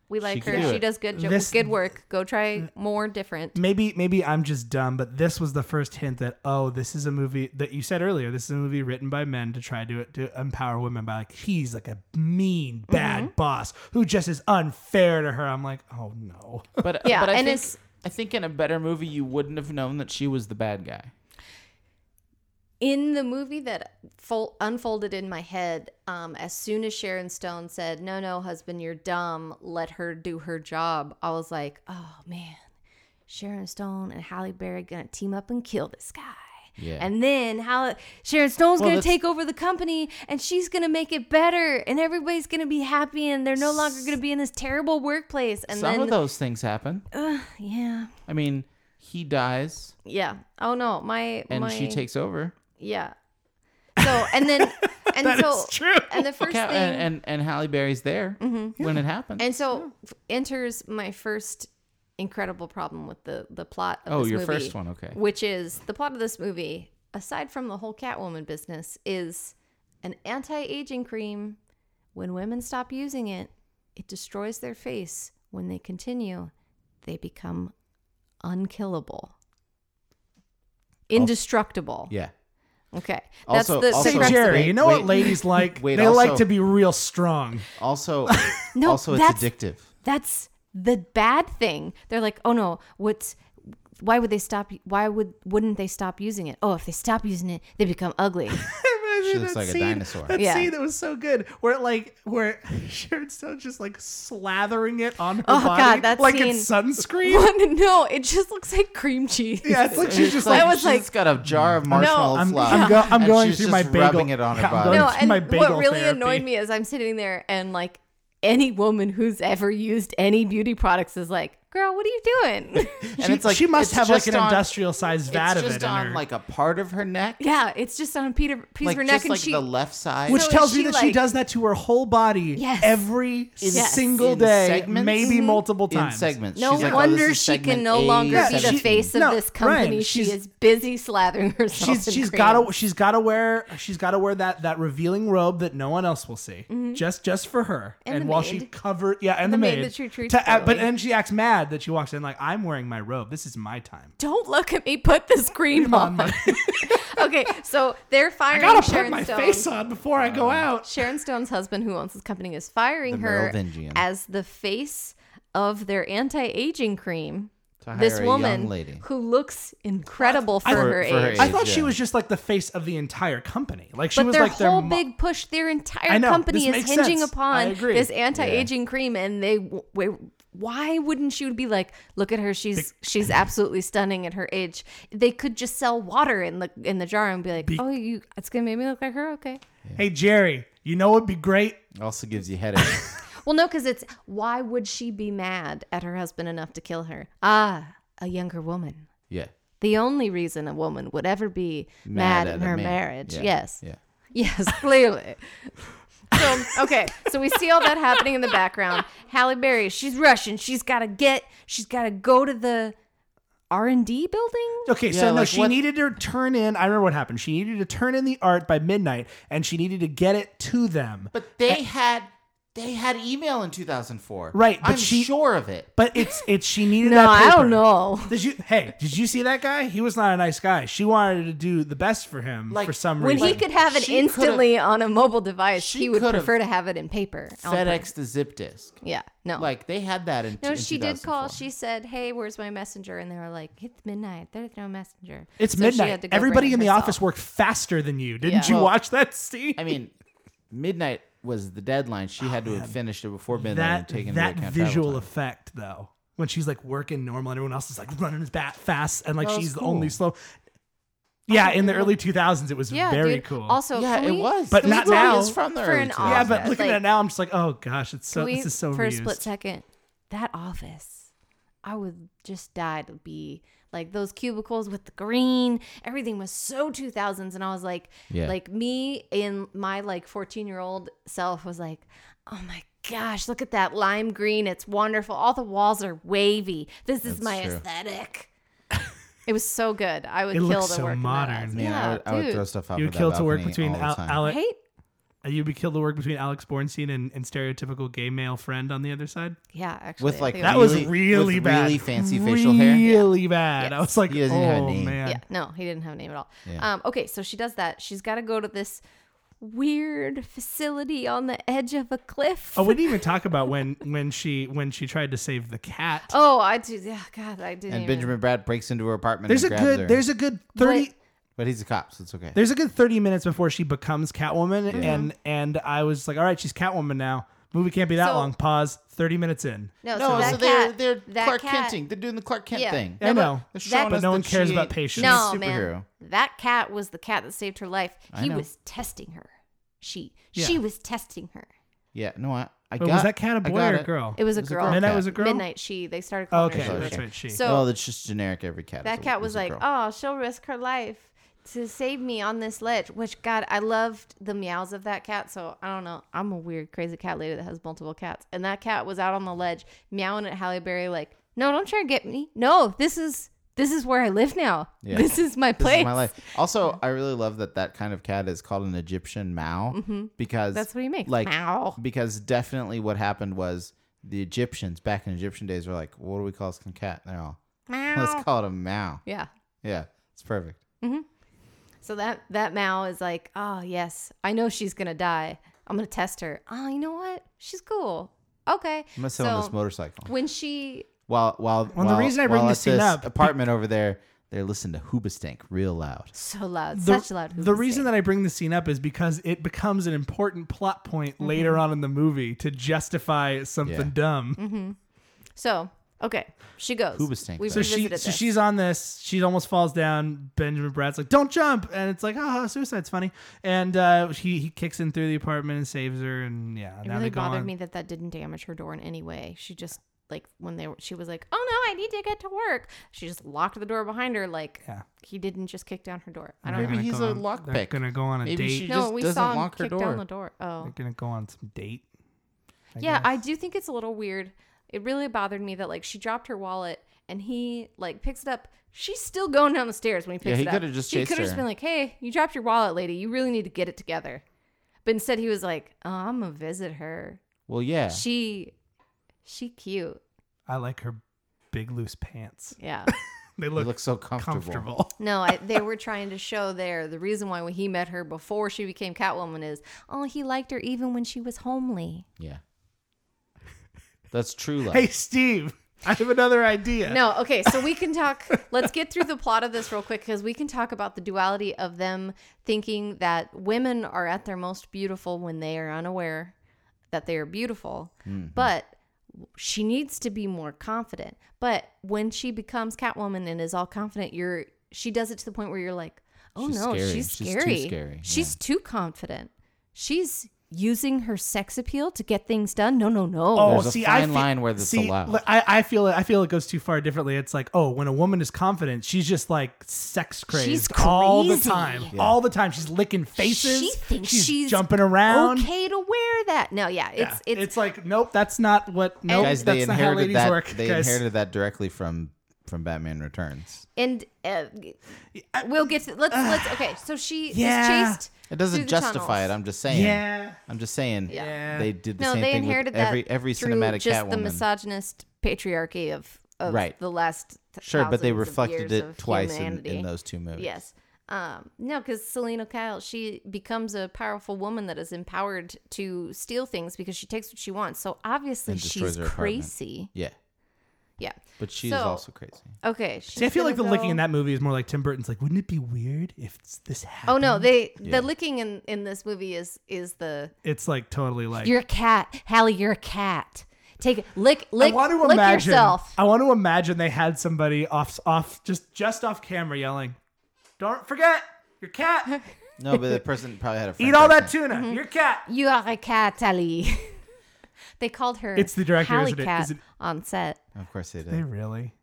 we like can her. do She it." does good, jo- This- good work. Go try more different." maybe maybe I'm just dumb, but this was the first hint that oh, this is a movie that you said earlier. This is a movie written by men to try to to empower women by like he's like a mean bad Mm-hmm. boss who just is unfair to her. I'm like, oh no. But, Yeah, but I, and think, it's- I think in a better movie, you wouldn't have known that she was the bad guy. in the movie that fol- unfolded in my head um, as soon as sharon stone said no no husband you're dumb let her do her job i was like oh man sharon stone and halle berry gonna team up and kill this guy Yeah. And then how Sharon Stone's Well, gonna that's- take over the company and she's gonna make it better and everybody's gonna be happy and they're no longer gonna be in this terrible workplace and Some then Uh, of those things happen. yeah I mean, he dies yeah oh no my and my she takes over. Yeah. So and then and so true. and the first Ca- thing Mm-hmm. and, and, and Halle Berry's there when it happens. and so f- enters my first incredible problem with the the plot of Oh, this your movie, first one, okay. Which is the plot of this movie aside from the whole Catwoman business is an anti-aging cream when women stop using it it destroys their face when they continue they become unkillable indestructible yeah. okay that's Also- the, the also- Say crux of Jerry, it. you know Wait. what ladies like? Wait, they like also- to be real strong. Also, No, also it's that's- addictive. that's the bad thing. They're like, oh no, what's why would they stop? Why would wouldn't they stop using it? Oh, if they stop using it, they become ugly. Imagine looks that like a scene- dinosaur. That Yeah. scene that was so good, where it like where Sharon Stone just like slathering it on her Oh, body, God, that like scene- it's sunscreen. no, it just looks like cream cheese. yeah, it's like she's just like- like, I was she's like- just got a jar of marshmallow I'm, flour. I'm, go- I'm and going she's through just my bagel. rubbing it on her Yeah, I'm body. going No, through and my what bagel really therapy. annoyed me is I'm sitting there and like any woman who's ever used any beauty products is like, girl, what are you doing? and She, it's like she must it's have like just an on- industrial sized vat It's of just it in on her. like a part of her neck, yeah, it's just on Peter, piece like of her neck just and like she. the left side. which So tells is me she, that she like- does that to her whole body Yes. every Yes. single in day, segments? maybe Mhm. multiple in times. segments. no She's like, oh, this wonder is she can segment no A, longer be the segment- she- face of no, this Ryan, company. she she's- is busy slathering herself. She's in she's cream. gotta she's gotta wear she's gotta wear that that revealing robe that no one else will see just just for her Mm-hmm. And the while maid. she cover yeah and, The the maid maid, that she treats to, uh, but poorly. then she acts mad that she walks in like I'm wearing my robe this is my time don't look at me. Put this cream on. okay, so they're I firing gotta Sharon put my Stone. face on before I Oh. go out Sharon Stone's husband, who owns this company, is firing The her Merovingian. as the face of their anti-aging cream. To hire This a young woman lady. who looks incredible for, I- her, For her age. I thought she yeah. was just like the face of the entire company like she But was their like whole their mo- big push, their entire I know, company this is makes hinging sense. I upon agree. this anti-aging cream, and they, w- w- why wouldn't you be like, look at her, she's she's absolutely stunning at her age. They could just sell water in the in the jar and be like, oh, you, it's gonna make me look like her, okay? hey Jerry you know what'd be great Also gives you headaches. Well, no, because it's why would she be mad at her husband enough to kill her? Ah, a younger woman. Yeah. The only reason a woman would ever be mad, Mad in at a her man. marriage. Yeah. Yes. Yeah. Yes, clearly. so okay, so we see all that happening in the background. Halle Berry, she's rushing. She's got to get. She's got to go to the R and D building. Okay, Yeah, so no, like, she what- needed to turn in. I remember what happened. She needed to turn in the art by midnight, and she needed to get it to them. But, But they had they had email in 2004. Right, but I'm she- sure of it. it's it's she needed. No, that I paper. don't know. Did you? Hey, did you see that guy? He was not a nice guy. She wanted to do the best for him Like, for some When reason. he could have it She could've- instantly on a mobile device, she he would could've prefer to have it in paper. on print. FedEx the zip disk. Yeah. No. Like they had that in. No, in she did 2004. call. She said, "Hey, where's my messenger?" And they were like, "It's midnight. There's no messenger." it's So she had midnight. to go bring Everybody it in the herself. office worked faster than you. Didn't Yeah. you Well, watch that scene? I mean, midnight was the deadline. She had to have finished it before midnight. and that taken that into account travel visual time. effect though, when she's like working normal, and everyone else is like running as bat fast, and like That was she's the cool. only slow. Yeah, in the early 2000s, it was Yeah, very dude. cool. Also, yeah, can it we- was. But The not song now. is from the For early an 2000s. yeah, office. but looking like- at it now, I'm just like, oh gosh, it's so can we, this is so for a reused. split second, that office, I would just die to be like those cubicles with the green. Everything was so 2000s, and I was like, Yeah. like me in my like 14 year old self was like, oh my. Gosh, look at that lime green. It's wonderful. All the walls are wavy. This is That's my true. aesthetic. it was so good. I would It kill looks to so work in that modern. office. Man, yeah, I, would, I would dude. throw stuff out. You of would that kill to work balcony between all the Al- time. Alec. Right? You'd be killed to work between Alex Bornstein and, and stereotypical gay male friend on the other side. Yeah, actually. with I like think it That was- was really, really with bad. really fancy facial hair. Really bad. I was like, He oh doesn't even have a name. man. Yeah, no, he didn't have a name at all. Yeah. Um, okay, so she does that. She's got to go to this weird facility on the edge of a cliff. Oh, we didn't even talk about when when she when she tried to save the cat. Oh, I do. Yeah, God, I didn't. And even- Benjamin Brad breaks into her apartment. there's a and grabs good Her. there's a good thirty. But- but he's a cop, so it's okay. There's a good 30 minutes before she becomes Catwoman and and I was like, "All right, she's Catwoman now. Movie can't be that So- long. Pause. 30 minutes in." No, no, so, so, that they're cat- they're that Clark cat- Kenting. They're doing the Clark Kent Yeah. thing. I No, but know. They're showing That- us but no one that cares she- about patience. she's a No, man. superhero. That cat was the cat that saved her life. I he know. was testing her. She Yeah. she was testing her. Yeah, no, I, I But got. was that cat a I boy got or a girl? It was a It was a girl. girl Midnight cat. was a girl? Oh, Midnight. She. They started calling Okay, her. she. that's right, she. So well, that's just generic. Every cat. That is a- cat is was a like, girl. "Oh, she'll risk her life to save me on this ledge." Which God, I loved the meows of that cat. So I don't know. I'm a weird, crazy cat lady that has multiple cats, and that cat was out on the ledge meowing at Halle Berry like, "No, don't try and get me. No, this is this is where I live now. Yeah. This is my This place. is my life. Also, I really love that that kind of cat is called an Egyptian Mao because Mm-hmm. That's what he makes. Like Mao. because definitely what happened was the Egyptians back in Egyptian days were like, what do we call this kind of cat? And They're all let's Meow. call it a Mao. Yeah." Yeah, it's perfect. So that that Mao is like, oh yes, I know she's gonna die. I'm gonna test her. Oh, you know what? She's cool. Okay. I'm gonna sit on So this motorcycle. When she While while Well, the while- reason I bring while this at scene up- apartment over there, they're listening to Hoobastank real loud. so loud, the, such loud. the reason that I bring this scene up is because it becomes an important plot point Mm-hmm. later on in the movie to justify something Yeah. dumb. Mm-hmm. So okay, she goes. Who was tank We though? So she revisited so this. she's on this. She almost falls down. Benjamin Brad's like, "Don't jump!" And it's like, "Ah, suicide's funny." And uh, he he kicks in through the apartment and saves her. And yeah, It now really they go bothered on. me that that didn't damage her door in any way. She just like when they were, she was like, "Oh no, I need to get to work." She just locked the door behind her. Like Yeah. he didn't just kick down her door. I They're don't Maybe gonna he's go a on- They're lockpick. gonna go on a Maybe date. she know. No, just we doesn't saw him lock her kick down door. the door. They're Oh gonna go on some date. I yeah, guess. I do think it's a little weird. It really bothered me that like she dropped her wallet and he like picks it up. She's still going down the stairs when he picks he it up. coulda just she chased coulda just her. been like, "Hey, you dropped your wallet, lady. You really need to get it together." But instead, he was like, "Oh, I'm gonna visit her. Well, yeah. She, she cute. I like her big loose pants. Yeah. They They look, look so comfortable. comfortable. No, I, they were trying to show there the reason why when he met her before she became Catwoman is, oh, he liked her even when she was homely. Yeah. That's true love. Hey, Steve, I have another idea. No, okay, so we can talk. let's get through the plot of this real quick because we can talk about the duality of them thinking that women are at their most beautiful when they are unaware that they are beautiful, Mm-hmm. but she needs to be more confident. But when she becomes Catwoman and is all confident, you're she does it to the point where you're like, oh She's no, scary. she's She's too scary. scary, She's too confident. She's using her sex appeal to get things done. No, no, no. Oh, There's a fine line where that's see, allowed. li- I, I feel it. I feel it goes too far. Differently, it's like, oh, when a woman is confident, she's just like sex crazed She's all the crazy. time, all the time. She's licking faces. she thinks she's, she's, jumping around. Okay to wear that. No, yeah, it's Yeah. it's, like, nope, that's not what. Nope, guys, that's they not how inherited ladies that. work. They guys. inherited that directly from from Batman Returns. and uh, we'll get to, let's let's okay. So she Yeah. is chased. It through doesn't the justify tunnels. it. I'm just saying. yeah. I'm just saying. Yeah. They did the no, same they thing inherited with every that every through cinematic just Catwoman. the misogynist patriarchy of, of Right. the last sure, but they thousands of reflected years it of twice in, humanity. in those two movies. Yes. Um, no, because Selena Kyle, she becomes a powerful woman that is empowered to steal things because she takes what she wants. So obviously And destroys she's her apartment. crazy. Yeah, Yeah. but she's So- also crazy. Okay. See, I feel like the licking licking that. in that movie is more like Tim Burton's. Like, wouldn't it be weird if it's- this happened? Oh no, they Yeah. the licking in in this movie is is the It's like totally like you're a cat, Hallie, you're a cat. Take it, lick lick I want to lick imagine. yourself. I want to imagine they had somebody off off just just off camera yelling, "Don't forget your cat. No, but the person probably had a. Eat French all that accent. tuna. Your cat." You are a cat, Hallie. they called her It's the director, Hallie isn't it? cat Is it- on set. Of course they did. They really.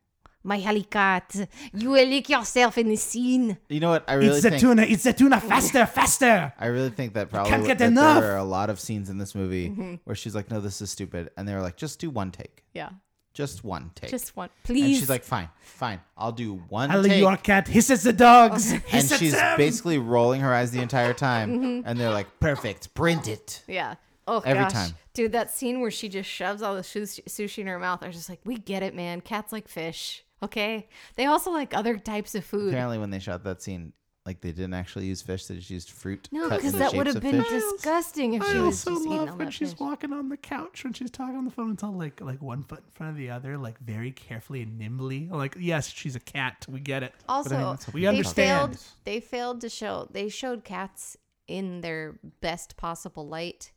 My Hallie cat, you will lick yourself in the scene. you know what? I really it's the think tuna. It's the tuna. Faster, faster. I really think that probably can't get that enough. there are a lot of scenes in this movie Mm-hmm. where she's like, "No, this is stupid," and they were like, "Just do one take, Yeah, just one take." just one, and please. she's like, "Fine, fine, I'll do one Ellie, take." your cat hisses the dogs. and Hisses she's them. basically rolling her eyes the entire time, Mm-hmm. and they're like, "Perfect, print it." yeah. Oh Every gosh, time. dude, that scene where she just shoves all the shus- sushi in her mouth. I was just like, we get it, man. Cats like fish. Okay, they also like other types of food. Apparently, when they shot that scene, like they didn't actually use fish; they just used fruit. No, cut in because the that shapes would have of been fish. disgusting if she I was also just eating all love when that she's fish. walking on the couch when she's talking on the phone. It's all like like one foot in front of the other, like very carefully and nimbly. Like yes, she's a cat. We get it. Also, that's what we they understand. failed. They failed to show. They showed cats in their best possible light.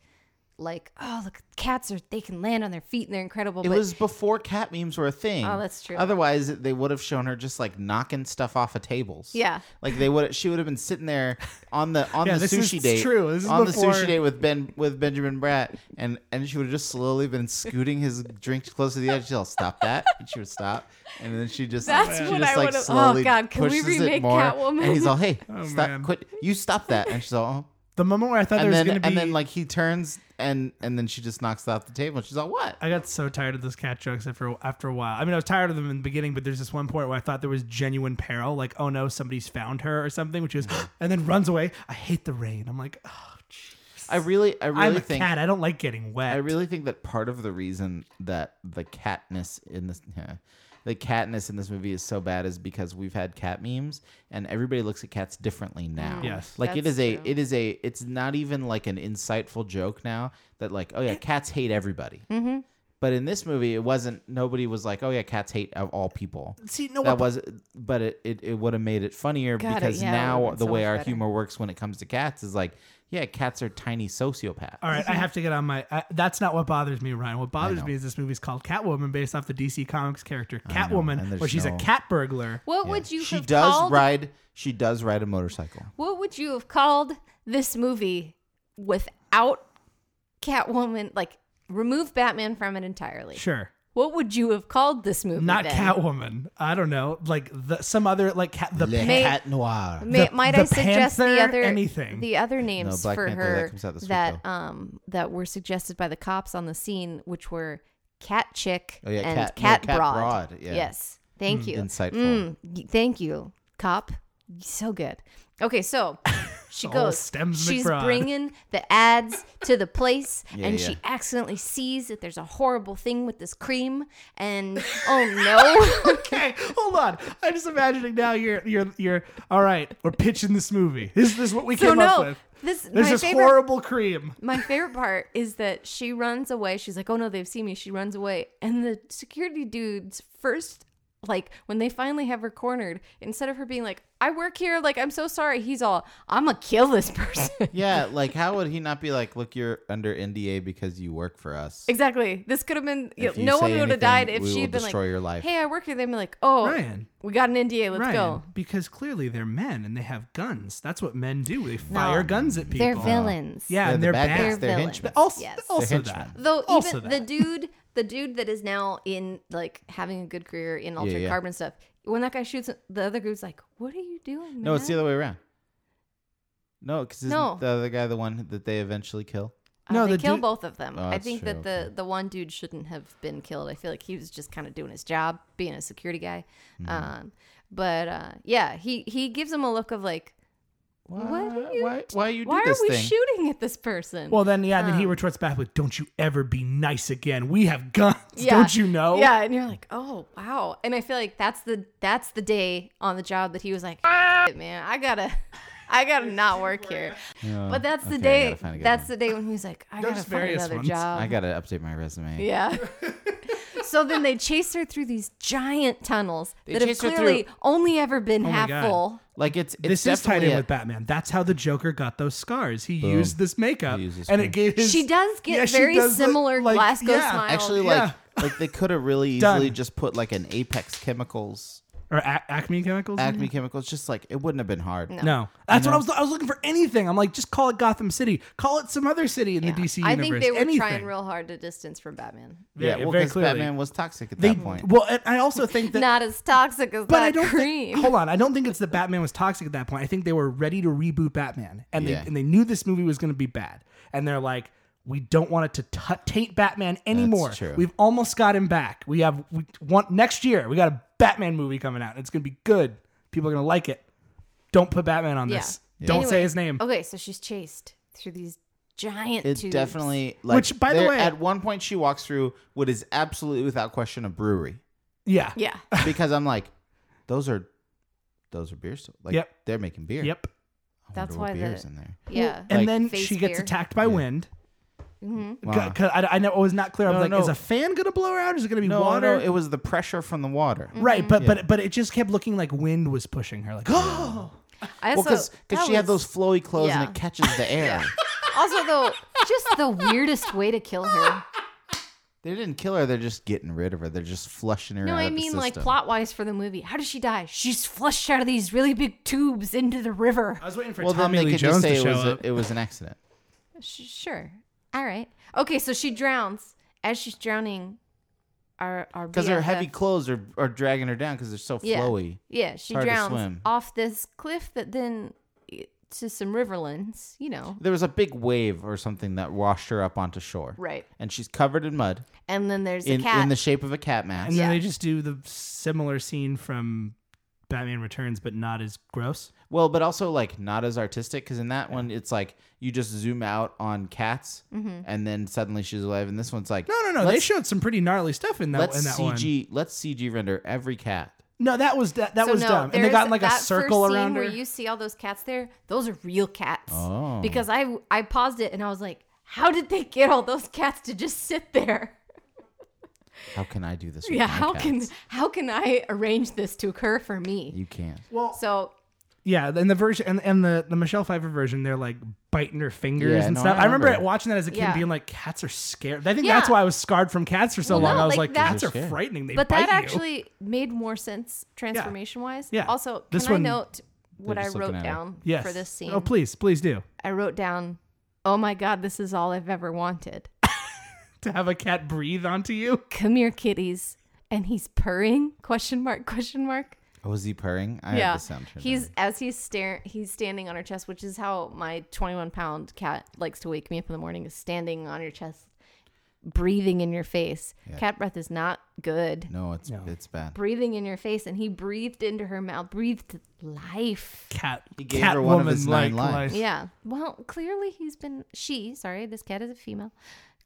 Like, oh, look, cats are they can land on their feet and they're incredible. It but was before cat memes were a thing. Oh, that's true. Otherwise, they would have shown her just like knocking stuff off of tables. Yeah. like they would. She would have been sitting there on the on Yeah, the this sushi is date. true. This is on the before- sushi date with Ben with Benjamin Bratt, and and she would have just slowly been scooting his drink close to the edge. She'll stop that, and she would stop, and then she just That's she what just I like would've- oh, slowly God, can we pushes it remake more, Catwoman? and he's all, "Hey, stop! Oh, man. Quit! You stop that!" And she's all. Oh. The moment where I thought there And was then, going to be and then, like he turns, and and then she just knocks it off the table. And she's all, "What?" I got so tired of those cat jokes after after a while. I mean, I was tired of them in the beginning, but there's this one point where I thought there was genuine peril, like oh no, somebody's found her or something, which is and then runs away. I hate the rain. I'm like, oh, jeez. I really, I really I'm a think cat. I don't like getting wet. I really think that part of the reason that the catness in this the catness in this movie is so bad is because we've had cat memes and everybody looks at cats differently now. Yes. Like it Mm. That's is a true. it is a it's not even like an insightful joke now that like, oh yeah, cats hate everybody. Mm-hmm. But in this movie, it wasn't. Nobody was like, "Oh yeah, cats hate of all people." See, no, that what, was, but it, it, it would have made it funnier God, it- because yeah, it would've now been the so way much our better. humor works when it comes to cats is like, yeah, cats are tiny sociopaths. all right, I have to get on my. I, that's not what bothers me, Ryan. What bothers know. me is this movie's called Catwoman, based off the DC Comics character know, and Catwoman, there's where she's no- a cat burglar. what Yeah. would you she have does called? ride she does ride a motorcycle What would you have called this movie without Catwoman? Like, remove Batman from it entirely. Sure. What would you have called this movie? Not then? Catwoman. I don't know, like the, some other like cat, the Le May- cat noir May, The- might the I suggest the Panther, other anything. the other names Black for Panther, that her comes out this week, that, though. um that were suggested by the cops on the scene, which were cat chick Oh, yeah, and Cat- cat, no, Cat broad. Broad, yeah. Yes, thank you. insightful. Mm, y- thank you, cop. So good. Okay, so she All goes. stems she's McBride. bringing the ads to the place, Yeah, and yeah. she accidentally sees that there's a horrible thing with this cream, and oh no. okay, hold on. I'm just imagining now. You're you're you're. All right, we're pitching this movie. This, this is what we So came up Oh, no, with. this There's my this favorite horrible cream. My favorite part is that she runs away. She's like, "Oh no, they've seen me." She runs away, and the security dude's first like when they finally have her cornered, instead of her being like, I work here, like, I'm so sorry, he's all, I'm gonna kill this person. Yeah, like how would he not be like, look, you're under NDA because you work for us. exactly. This could have been, you If know, you no say one would have anything, died if we she will had been like, destroy your life. Hey, I work here. They'd be like, Oh, Ryan. we got an NDA, let's Ryan, go. Because clearly they're men and they have guns. That's what men do. They fire guns at people. They're villains. Yeah, They're and the they're bad bad. guys. They're villains. Oh, henchmen. Also, Yes. also They're that. henchmen. Though Also even the that. dude, the dude that is now in like having a good career in altered yeah. carbon stuff, when that guy shoots, the other group's like, "What are you doing?" No, it's the man?" other way around. No, because isn't No. the other guy the one that they eventually kill? Uh, No, they the kill dude- both of them. Oh, I that's think true, that the the one dude shouldn't have been killed. I feel like he was just kind of doing his job, being a security guy. Mm-hmm. Um, but uh, yeah, he he gives him a look of like, Why? What are you why? Why you do "Why are this we thing? shooting at this person?" Well, then, yeah, and Um, then he retorts back with, Don't you ever be nice again. We have guns. Yeah. Don't you know? Yeah, and you're like, oh wow, and I feel like that's the that's the day on the job that he was like, "Shit, man, I gotta, I gotta not work here. Yeah. But that's the Oh, Okay, I day. gotta find a good That's one. the day when he was like, I gotta There's find various another ones. job. I gotta update my resume. yeah. so then they chase her through these giant tunnels They that have chase her clearly only ever been Oh half God. full. Like it's, it's This is tied definitely in a- with Batman. That's how the Joker got those scars. He used this makeup, He used this and makeup. it gave his. She does get Yeah, she very does look similar like- Glasgow yeah. smile. Actually, Yeah. like like they could have really Done. easily just put like an Apex Chemicals, or Ac- Acme Chemicals. Mm-hmm. Acme Chemicals. Just like it wouldn't have been hard. No, that's what I was. I was looking for anything. I'm like, just call it Gotham City. Call it some other city in Yeah. the DC universe. I think they were anything. trying real hard to distance from Batman. Yeah, well, very because clearly. Batman was toxic at They- that point. Well, and I also think that. Not as toxic as but that I don't cream. think. Hold on, I don't think it's that Batman was toxic at that point. I think they were ready to reboot Batman, and Yeah. they and they knew this movie was going to be bad, and they're like. We don't want it to t- taint Batman anymore. true. We've almost got him back. We have we want next year. We got a Batman movie coming out. It's gonna be good. People are gonna like it. Don't put Batman on Yeah. this. Don't Anyway, Oh. say his name. Okay, so she's chased through these giant It tubes. definitely like Which, by the there- way- at one point she walks through what is absolutely without question a brewery Yeah. Yeah. because I'm like, those are those are beers. Like Yep. they're making beer. Yep. I wonder That's what why the- beers in there. Yeah. and Like- then Face she gets fear. attacked by wind. Wow. Because I, I know it was not clear. I No, was like, no. is a fan gonna blow her out? Is it gonna be No, water? no, it was the pressure from the water. Mm, Mm-hmm. right, but but but it just kept looking like wind was pushing her. Like, oh, I Well, also, because that she had was- those flowy clothes Yeah. and it catches the air. Also, though, just the weirdest way to kill her. They didn't kill her; they're just getting rid of her. They're just flushing her. No, out I of the mean like system. plot wise for the movie. How does she die? She's flushed out of these really big tubes into the river. I was waiting for Well, then Tommy they Lee could Jones just to say it show was a, up. it was an accident. Sh- sure. All right. Okay, so she drowns. As she's drowning, our our because her heavy BFF clothes are, are dragging her down because they're so Yeah. flowy. Yeah, she hard to drowns swim. off this cliff that then eh, to some riverlands. You know. There was a big wave or something that washed her up onto shore, Right. and she's covered in mud And then there's in, a cat. in the shape of a cat mask. and then Yeah. they just do the similar scene from Batman Returns, but not as gross. Well, but also like not as artistic because in that one it's like you just zoom out on cats, Mm-hmm. and then suddenly she's alive. And this one's like No, no, no. they showed some pretty gnarly stuff in that let's in that one. CG let's CG render every cat. No, that was that, that So was no, dumb. And they there's- got in, like a that first circle scene around her. where you see all those cats there. Those are real cats. Oh. Because I I paused it and I was like, how did they get all those cats to just sit there? How can I do this? With Yeah, my how can cats? how can I arrange this to occur for me? you can't? So Yeah, and the version and, and the, the Michelle Pfeiffer version, they're like biting her fingers Yeah, and no, stuff. I I remember, remember. watching that as a kid, Yeah. being like, "Cats are scared." I think Yeah. that's why I was scarred from cats for so Well, long. no, I was like like, that- "Cats are They're frightening." They but bite that you." actually made more sense transformation wise. Yeah. Also, can This I one- note what They're I just looking wrote at her. down yes. for this scene? Oh, please, please do I wrote down, "Oh my God, this is all I've ever wanted." to have a cat breathe onto you. Come here, kitties. And he's purring? Question mark? Question mark? Oh, is he purring? I have the sound. turned he's down. as he's staring he's standing on her chest which is how my 21 pound cat likes to wake me up in the morning is standing on your chest breathing in your face cat breath is not good no, it's it's bad. breathing in your face and he breathed into her mouth breathed life Cat, gave cat her one of woman his like nine lives. life. yeah well clearly he's been she sorry this cat is a female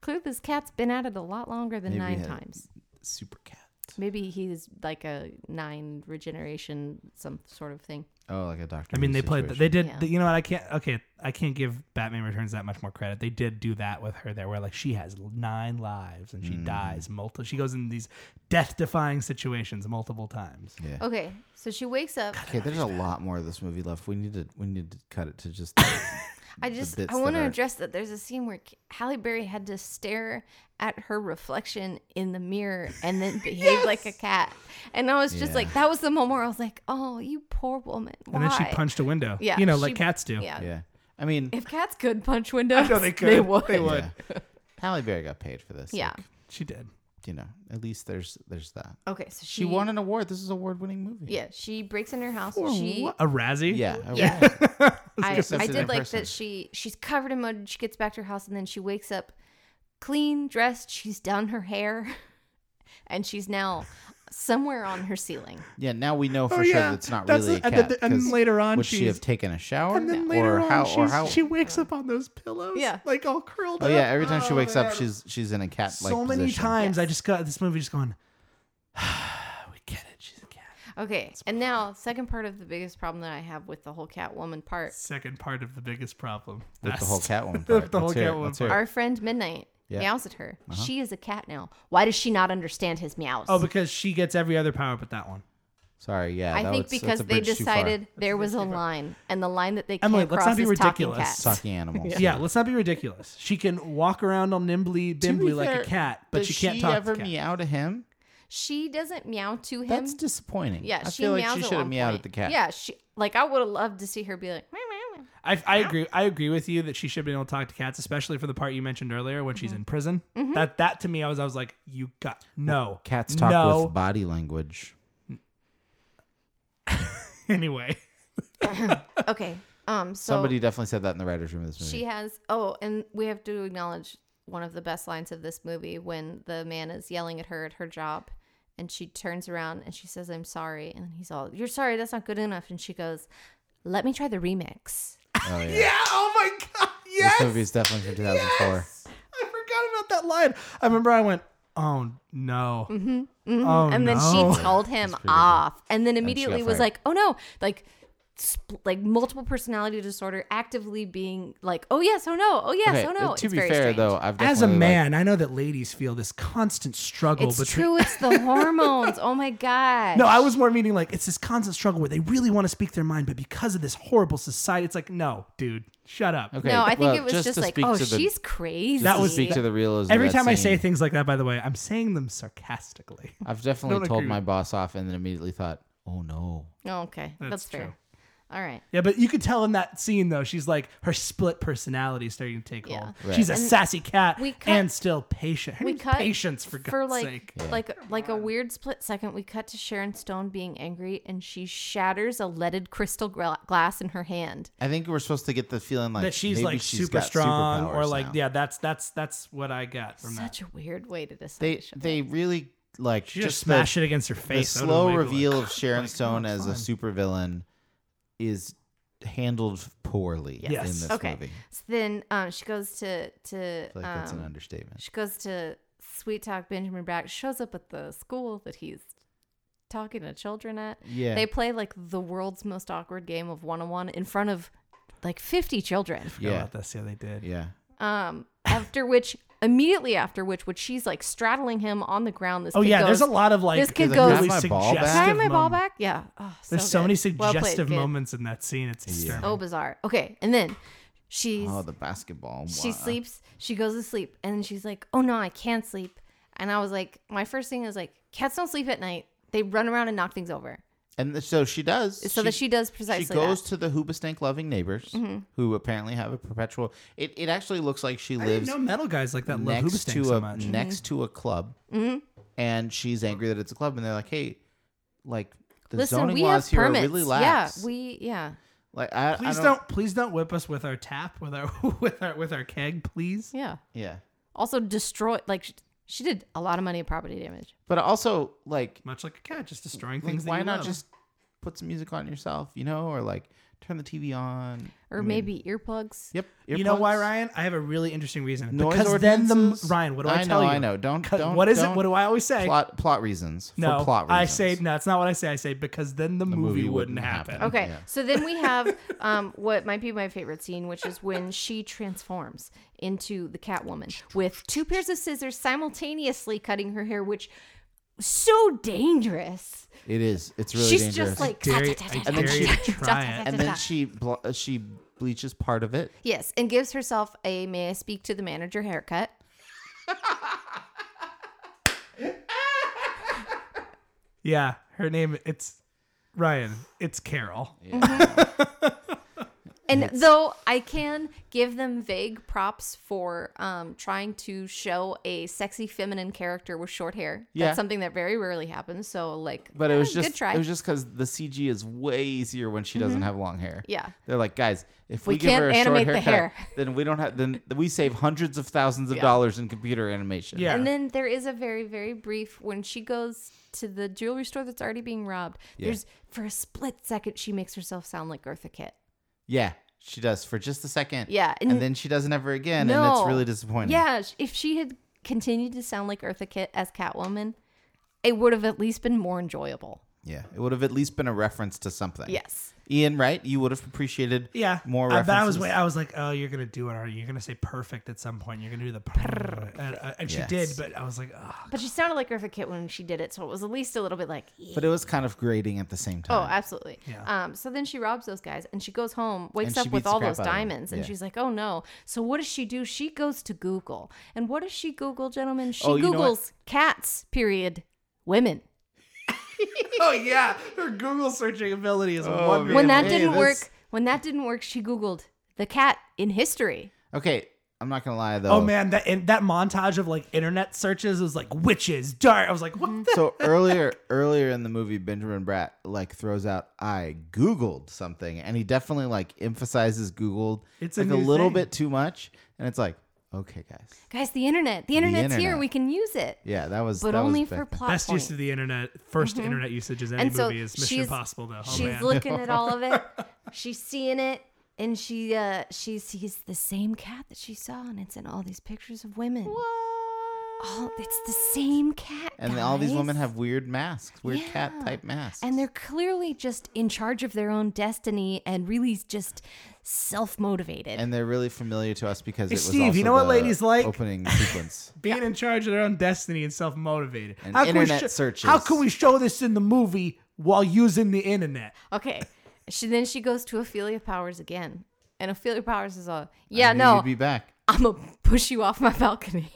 clearly this cat's been at it a lot longer than Maybe nine a- times Super cat. maybe he's like a nine regeneration some sort of thing Oh, like a Doctor. I mean, Who they played. situation. They did. Yeah. the- You know what? I can't. Okay, I can't give Batman Returns that much more credit. They did do that with her there, where like she has nine lives and she Mm. dies multiple. She goes in these death-defying situations multiple times. Yeah. Okay, so she wakes up. Okay, there's a lot more of this movie left. We need to we need to cut it to just I just bits I want that to are- address that there's a scene where K- Halle Berry had to stare at her reflection in the mirror and then behave like a cat, and I was just Yeah. like, that was the moment where I was like, oh, you poor woman. Why? And then she punched a window. Yeah, you know, she- like cats do. Yeah. yeah. I mean, Uh, If cats could punch windows, know they could. They would. They would. yeah. Halle Berry got paid for this. Yeah. like, She did. you know, at least there's there's that. Okay, so she, She won an award. This is an award-winning movie. Mm-hmm. Yeah, she breaks in her house. Or she what? a Razzie. Yeah. Oh, I Yeah. would. I, That's I an did like impressive. that she she's covered in mud. She gets back to her house and then she wakes up clean, dressed. She's done her hair and she's now somewhere on her ceiling. Yeah, now we know for Oh, sure yeah. that it's not That's really it. a And cat. then- and 'cause later on would she she's- have taken a shower? And then Yeah. later or on, how, or she's, how, she wakes up on those pillows. Yeah. like all curled Oh up. yeah, every time she Oh, wakes up, man. she's she's in a cat like so many position. times. I Yes. just got this movie just going. we get it. She's a cat. Okay. And now, second part of the biggest problem that I have with the whole Catwoman part. Second part of the biggest problem. with the whole That's- cat one. the Part. whole Let's hear it. Catwoman Let's hear it. Our friend Midnight Yeah. Uh-huh. meows at her. She is a cat now. Why does she not understand his meows? Oh, because she gets every other power but that one. Sorry, yeah. I that think was- that's because a they bridge too far. decided there was a line, and the line that they Emily, can't let's not cross be is talking ridiculous. cat. talking animals. Yeah. let's not be ridiculous. She can walk around all nimbly, To be bimbly like fair, a cat, but does she can't she talk ever to cats. meow to him? She doesn't meow to him. That's disappointing. Yeah, I she feel meows like she at should have one meowed point. at the cat. Yeah, she like I would have loved to see her be like, meow, meow, meow. I, I agree. I agree with you that she should be able to talk to cats, especially for the part you mentioned earlier when Mm-hmm. she's in prison. That that to me, I was I was like, you got no Cats talk no. with body language. anyway. okay. Um, so Somebody definitely said that in the writers' room of this movie. she has. Oh, and we have to acknowledge one of the best lines of this movie when the man is yelling at her at her job, and she turns around and she says, "I'm sorry," and he's all, "You're sorry. That's not good enough." And she goes, "Let me try the remix." oh, yeah. Oh my god! Yes, This movie is definitely from 2004. I forgot about that line. I remember I went, oh no, oh Mm-hmm, no. and then she told him off and then immediately got was fired. like oh no like sp- like multiple personality disorder actively being like oh yes oh no oh yes Okay, oh no uh, to It's be very fair strange. though, I've As definitely, a like- man, I know that ladies feel this constant struggle it's between. true it's Oh, the hormones oh my god No, I was more meaning like it's this constant struggle where they really want to speak their mind, but because of this horrible society, it's like, no, dude, shut up. okay, no i think well, it was just, just, to like speak oh to the, she's crazy That That was was- speak to the realism. of Every that time I say scene. things like that, by the way, I'm saying them sarcastically. I've definitely Don't told agree my with- boss off and then immediately thought, oh no. oh, okay that's, That's fair true. all right Yeah, but you could tell in that scene though, she's like her split personality is starting to take Yeah. hold. Right. She's a sassy cat we cut- and still patient. Her we name's cut patience for God's for like sake. like like a weird split second we cut to sharon stone being angry and she shatters a leaded crystal gra- glass in her hand I think we're supposed to get the feeling like that she's maybe like she's super got strong or superpowers like now. yeah, that's that's that's what I got from that. such a weird way to decide They they really like She just, the- smash it against her the face. out of slow way, but, like, reveal of Sharon like, Stone oh, as a fine. supervillain is handled poorly Yes. in this okay movie. so then um, she goes to to I feel like that's an um, understatement. she goes to sweet talk benjamin brack shows up at the school that he's talking to children at Yeah. they play like the world's most awkward game of one-on-one in front of like 50 children Forgot Yeah. about this. Yeah, they did. yeah. um after which immediately after which which she's like straddling him on the ground this Oh kid yeah, goes, there's a lot of like this kid really goes- Can I have my ball back? suggestive can I have my ball moments. back yeah oh, There's so many good. Well played, suggestive kid. moments in that scene. It's disturbing. oh bizarre okay and then she's Oh, the basketball. she Wow. sleeps she goes to sleep and then she's like oh no i can't sleep and i was like my first thing is like cats don't sleep at night they run around and knock things over And th- so she does. so that she does precisely She goes that. Mm-hmm. to the hoobastank loving neighbors who apparently have a perpetual. It, it actually looks like she lives no metal guys like that love next to Hoobastank a so much. Mm-hmm. next to a club, and she's angry that it's a club, and they're like, "Hey, like the listen zoning we laws have here permits are really yeah lax." we yeah like I, I Please don't, don't, please don't whip us with our tap with our with our with our keg, please. yeah Yeah, also destroy like she, she did a lot of money in property damage but also like, Much like a cat, just destroying like things. that why you not love. just put some music on yourself, you know, or like turn the TV on. Or I mean, maybe earplugs. Yep. You know why, earplugs, Ryan? I have a really interesting reason. Noise because then the ordinances. Ryan, what do I, I tell know, you? I know. Don't- 'Cause don't- What is it? don't What do I always say? Plot plot reasons. no, for plot reasons. I say no. It's not what I say. I say because then the, movie, movie wouldn't wouldn't happen. happen. Okay, Yeah. so then we have um, what might be my favorite scene, which is when she transforms into the Catwoman with two pairs of scissors simultaneously cutting her hair, which so dangerous. it is. It's really She's dangerous. just like Dare you- "Ta, ta, I ta, ta, dare ta, you ta, to ta, try ta, ta, it." ta, and ta." then she ble- she bleaches part of it. yes, and gives herself a may I speak to the manager haircut. Yeah, her name. It's Ryan. It's Carol. And though I can give them vague props for um, trying to show a sexy feminine character with short hair, Yeah. that's something that very rarely happens. So like, But it eh, was good just try. Mm-hmm. it was just because the CG is way easier when she doesn't have long hair. Yeah. they're like, guys, if We we, give her can't a short animate the haircut, hair." then we don't have then we save hundreds of thousands of dollars in computer animation. Yeah. And then there is a very, very brief when she goes to the jewelry store that's already being robbed. There's for a split second she makes herself sound like Eartha Kitt. yeah, she does for just a second. Yeah, and, and- then she doesn't ever again, no, and it's really disappointing. Yeah, sh- if she had continued to sound like Eartha Kitt as Catwoman, it would have at least been more enjoyable. yeah, it would have at least been a reference to something. Yes. Ian, right? You would have appreciated. Yeah, more I, references. but I was wait, I was like, oh, you're gonna do it, aren't you? You're gonna say perfect at some point. You're gonna do the prrr. and, uh, and she Yes. did, but I was like, oh, But she sounded like Eartha Kitt when she did it, so it was at least a little bit like, but it was kind of grating at the same oh, time. absolutely. Yeah. Um, so then she robs those guys and she goes home, And wakes she up beats with the all crap those out of them. diamonds, and Yeah. she's like, oh no. So what does she do? She goes to Google. And what does she Google, gentlemen? She Oh, you know what? Googles cats, period, women. oh yeah, her Google searching ability is Oh, man. wonderful. when that hey, didn't that's- work, when that didn't work, she Googled the cat in history. okay, I'm not gonna lie though. Oh man, that and that montage of like internet searches was like witches, dark. I was like, what the? so earlier earlier in the movie benjamin bratt like throws out i googled something and he definitely like emphasizes googled It's a like a, new little thing. bit too much and it's like okay guys Guys, the internet. The internet's here. internet. We can use it. yeah that was But that was only back for then. plot Best point. use of the internet, 1st internet usage is any And so movie is Mission she's- Impossible though. Oh she's man, looking at all of it. She's seeing it, and she uh she sees the same cat that she saw, and it's in all these pictures of women. All it's the same cat. and then all these guys. women have weird masks weird cat Yeah. type masks And they're clearly just in charge of their own destiny and really just self motivated. and they're really familiar to us because Hey, it was Steve, you also know what the ladies like? opening sequence being in charge of their own destiny and self motivated. And How can we internet sho- searches. How can we show this in the movie while using the internet? Okay. She then she goes to Ophelia Powers again. And Ophelia Powers is all, yeah, I knew no, you'd be back I'm gonna push you off my balcony.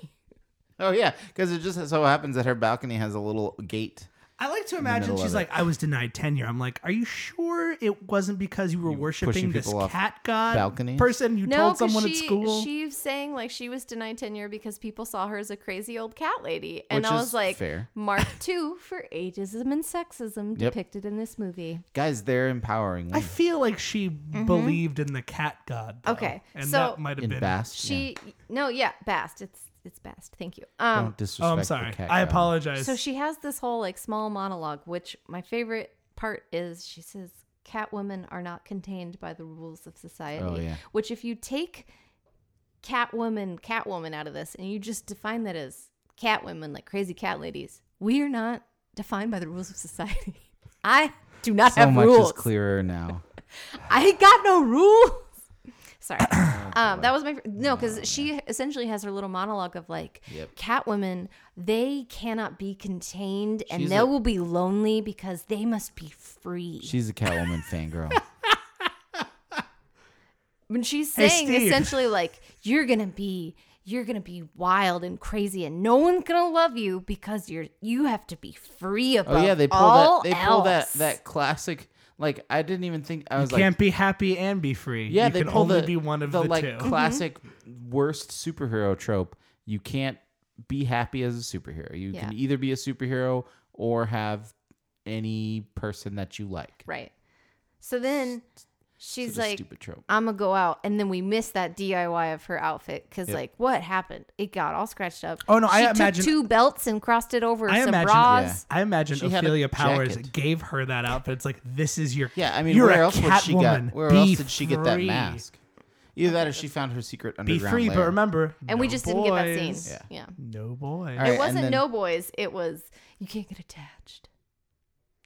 oh yeah because it just so happens that her balcony has a little gate I like to imagine middle she's of like, I was denied tenure. I'm like, are you sure it wasn't because you were worshiping pushing this people off cat god balconies? person you No, told 'cause someone she, at school? she's saying like she was denied tenure because people saw her as a crazy old cat lady, and Which I is was like, fair. mark two for ageism and sexism Yep. depicted in this movie. guys they're empowering I women feel like she believed in the cat god. though, Mm-hmm. Okay, and so- that might have in been. Bast She no, yeah, Bast, it's it's Bast. Thank you. yeah. Um, don't disrespect Oh, I'm the sorry. cat I guy. apologize. So she has this whole like small monologue, which my favorite part is she says, Catwomen are not contained by the rules of society. Oh, yeah. Which, if you take Catwoman, Catwoman out of this and you just define that as Catwomen, like crazy cat ladies, we are not defined by the rules of society. I do not so have much rules. is clearer now. I ain't got no rules. Sorry. Oh, um, that was my fir- no, because she essentially has her little monologue of like, Yep. Catwomen, they cannot be contained and She's they a- will be lonely because they must be free. She's a Catwoman fangirl. when she's Hey, saying Steve. essentially like, you're gonna be, you're gonna be wild and crazy and no one's gonna love you because you're, you have to be free above Oh yeah, they pull all that. They pull that else. that classic. Like I didn't even think I was like. can't be happy and be free. yeah, you they can pull only the, be one of the, the, like Mm-hmm. two. classic worst superhero trope. You can't be happy as a superhero. You can Yeah. either be a superhero or have any person that you like. Right. So then She's Such a like, stupid trope. I'm gonna go out, and then we miss that DIY of her outfit because, Yep. like, what happened? It got all scratched up. Oh, no, she I took imagine- two belts and crossed it over I some imagine- bras. I imagine She had a Ophelia Powers jacket. gave her that outfit. It's like this is your Yeah, I mean, You're where a else would she Catwoman. got? Where Be else did she get that free. mask? Either that, or she found her secret be underground free, but lair. remember, And we no just didn't get that scene. boys. Yeah. yeah. No boy. All right, it wasn't and then- no boys. It was you can't get attached.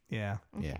Yeah. Yeah.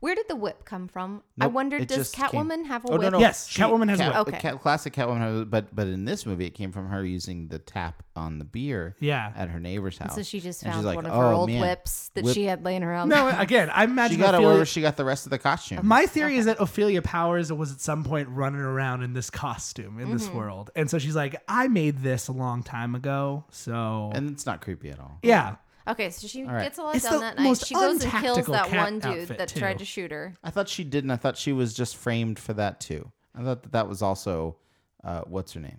Where did the whip come from? I Nope, wonder. it Does just came- Catwoman have a Oh whip? no, no. Yes, she- Catwoman has a Cat, whip. the Okay. Cat, classic Catwoman, has, a- but but in this movie, it came from her using the tap on the beer Yeah. at her neighbor's house. So she just And she's found like, one of "Oh, her old man, whips that whip- she had laying around. No, again, I She imagine got it Ophelia, wherever she got the rest of the costume. My theory is that Ophelia Powers was at some point running around in this costume in Mm-hmm. this world. And so she's like, I made this a long time ago. So, and it's not creepy at all. yeah. Okay, so she right. gets a lot It's the done that night. most She goes and kills untactical that cat one dude outfit, that too. tried to shoot her. I thought she didn't. I thought she was just framed for that too. I thought that that was also, uh, what's her name?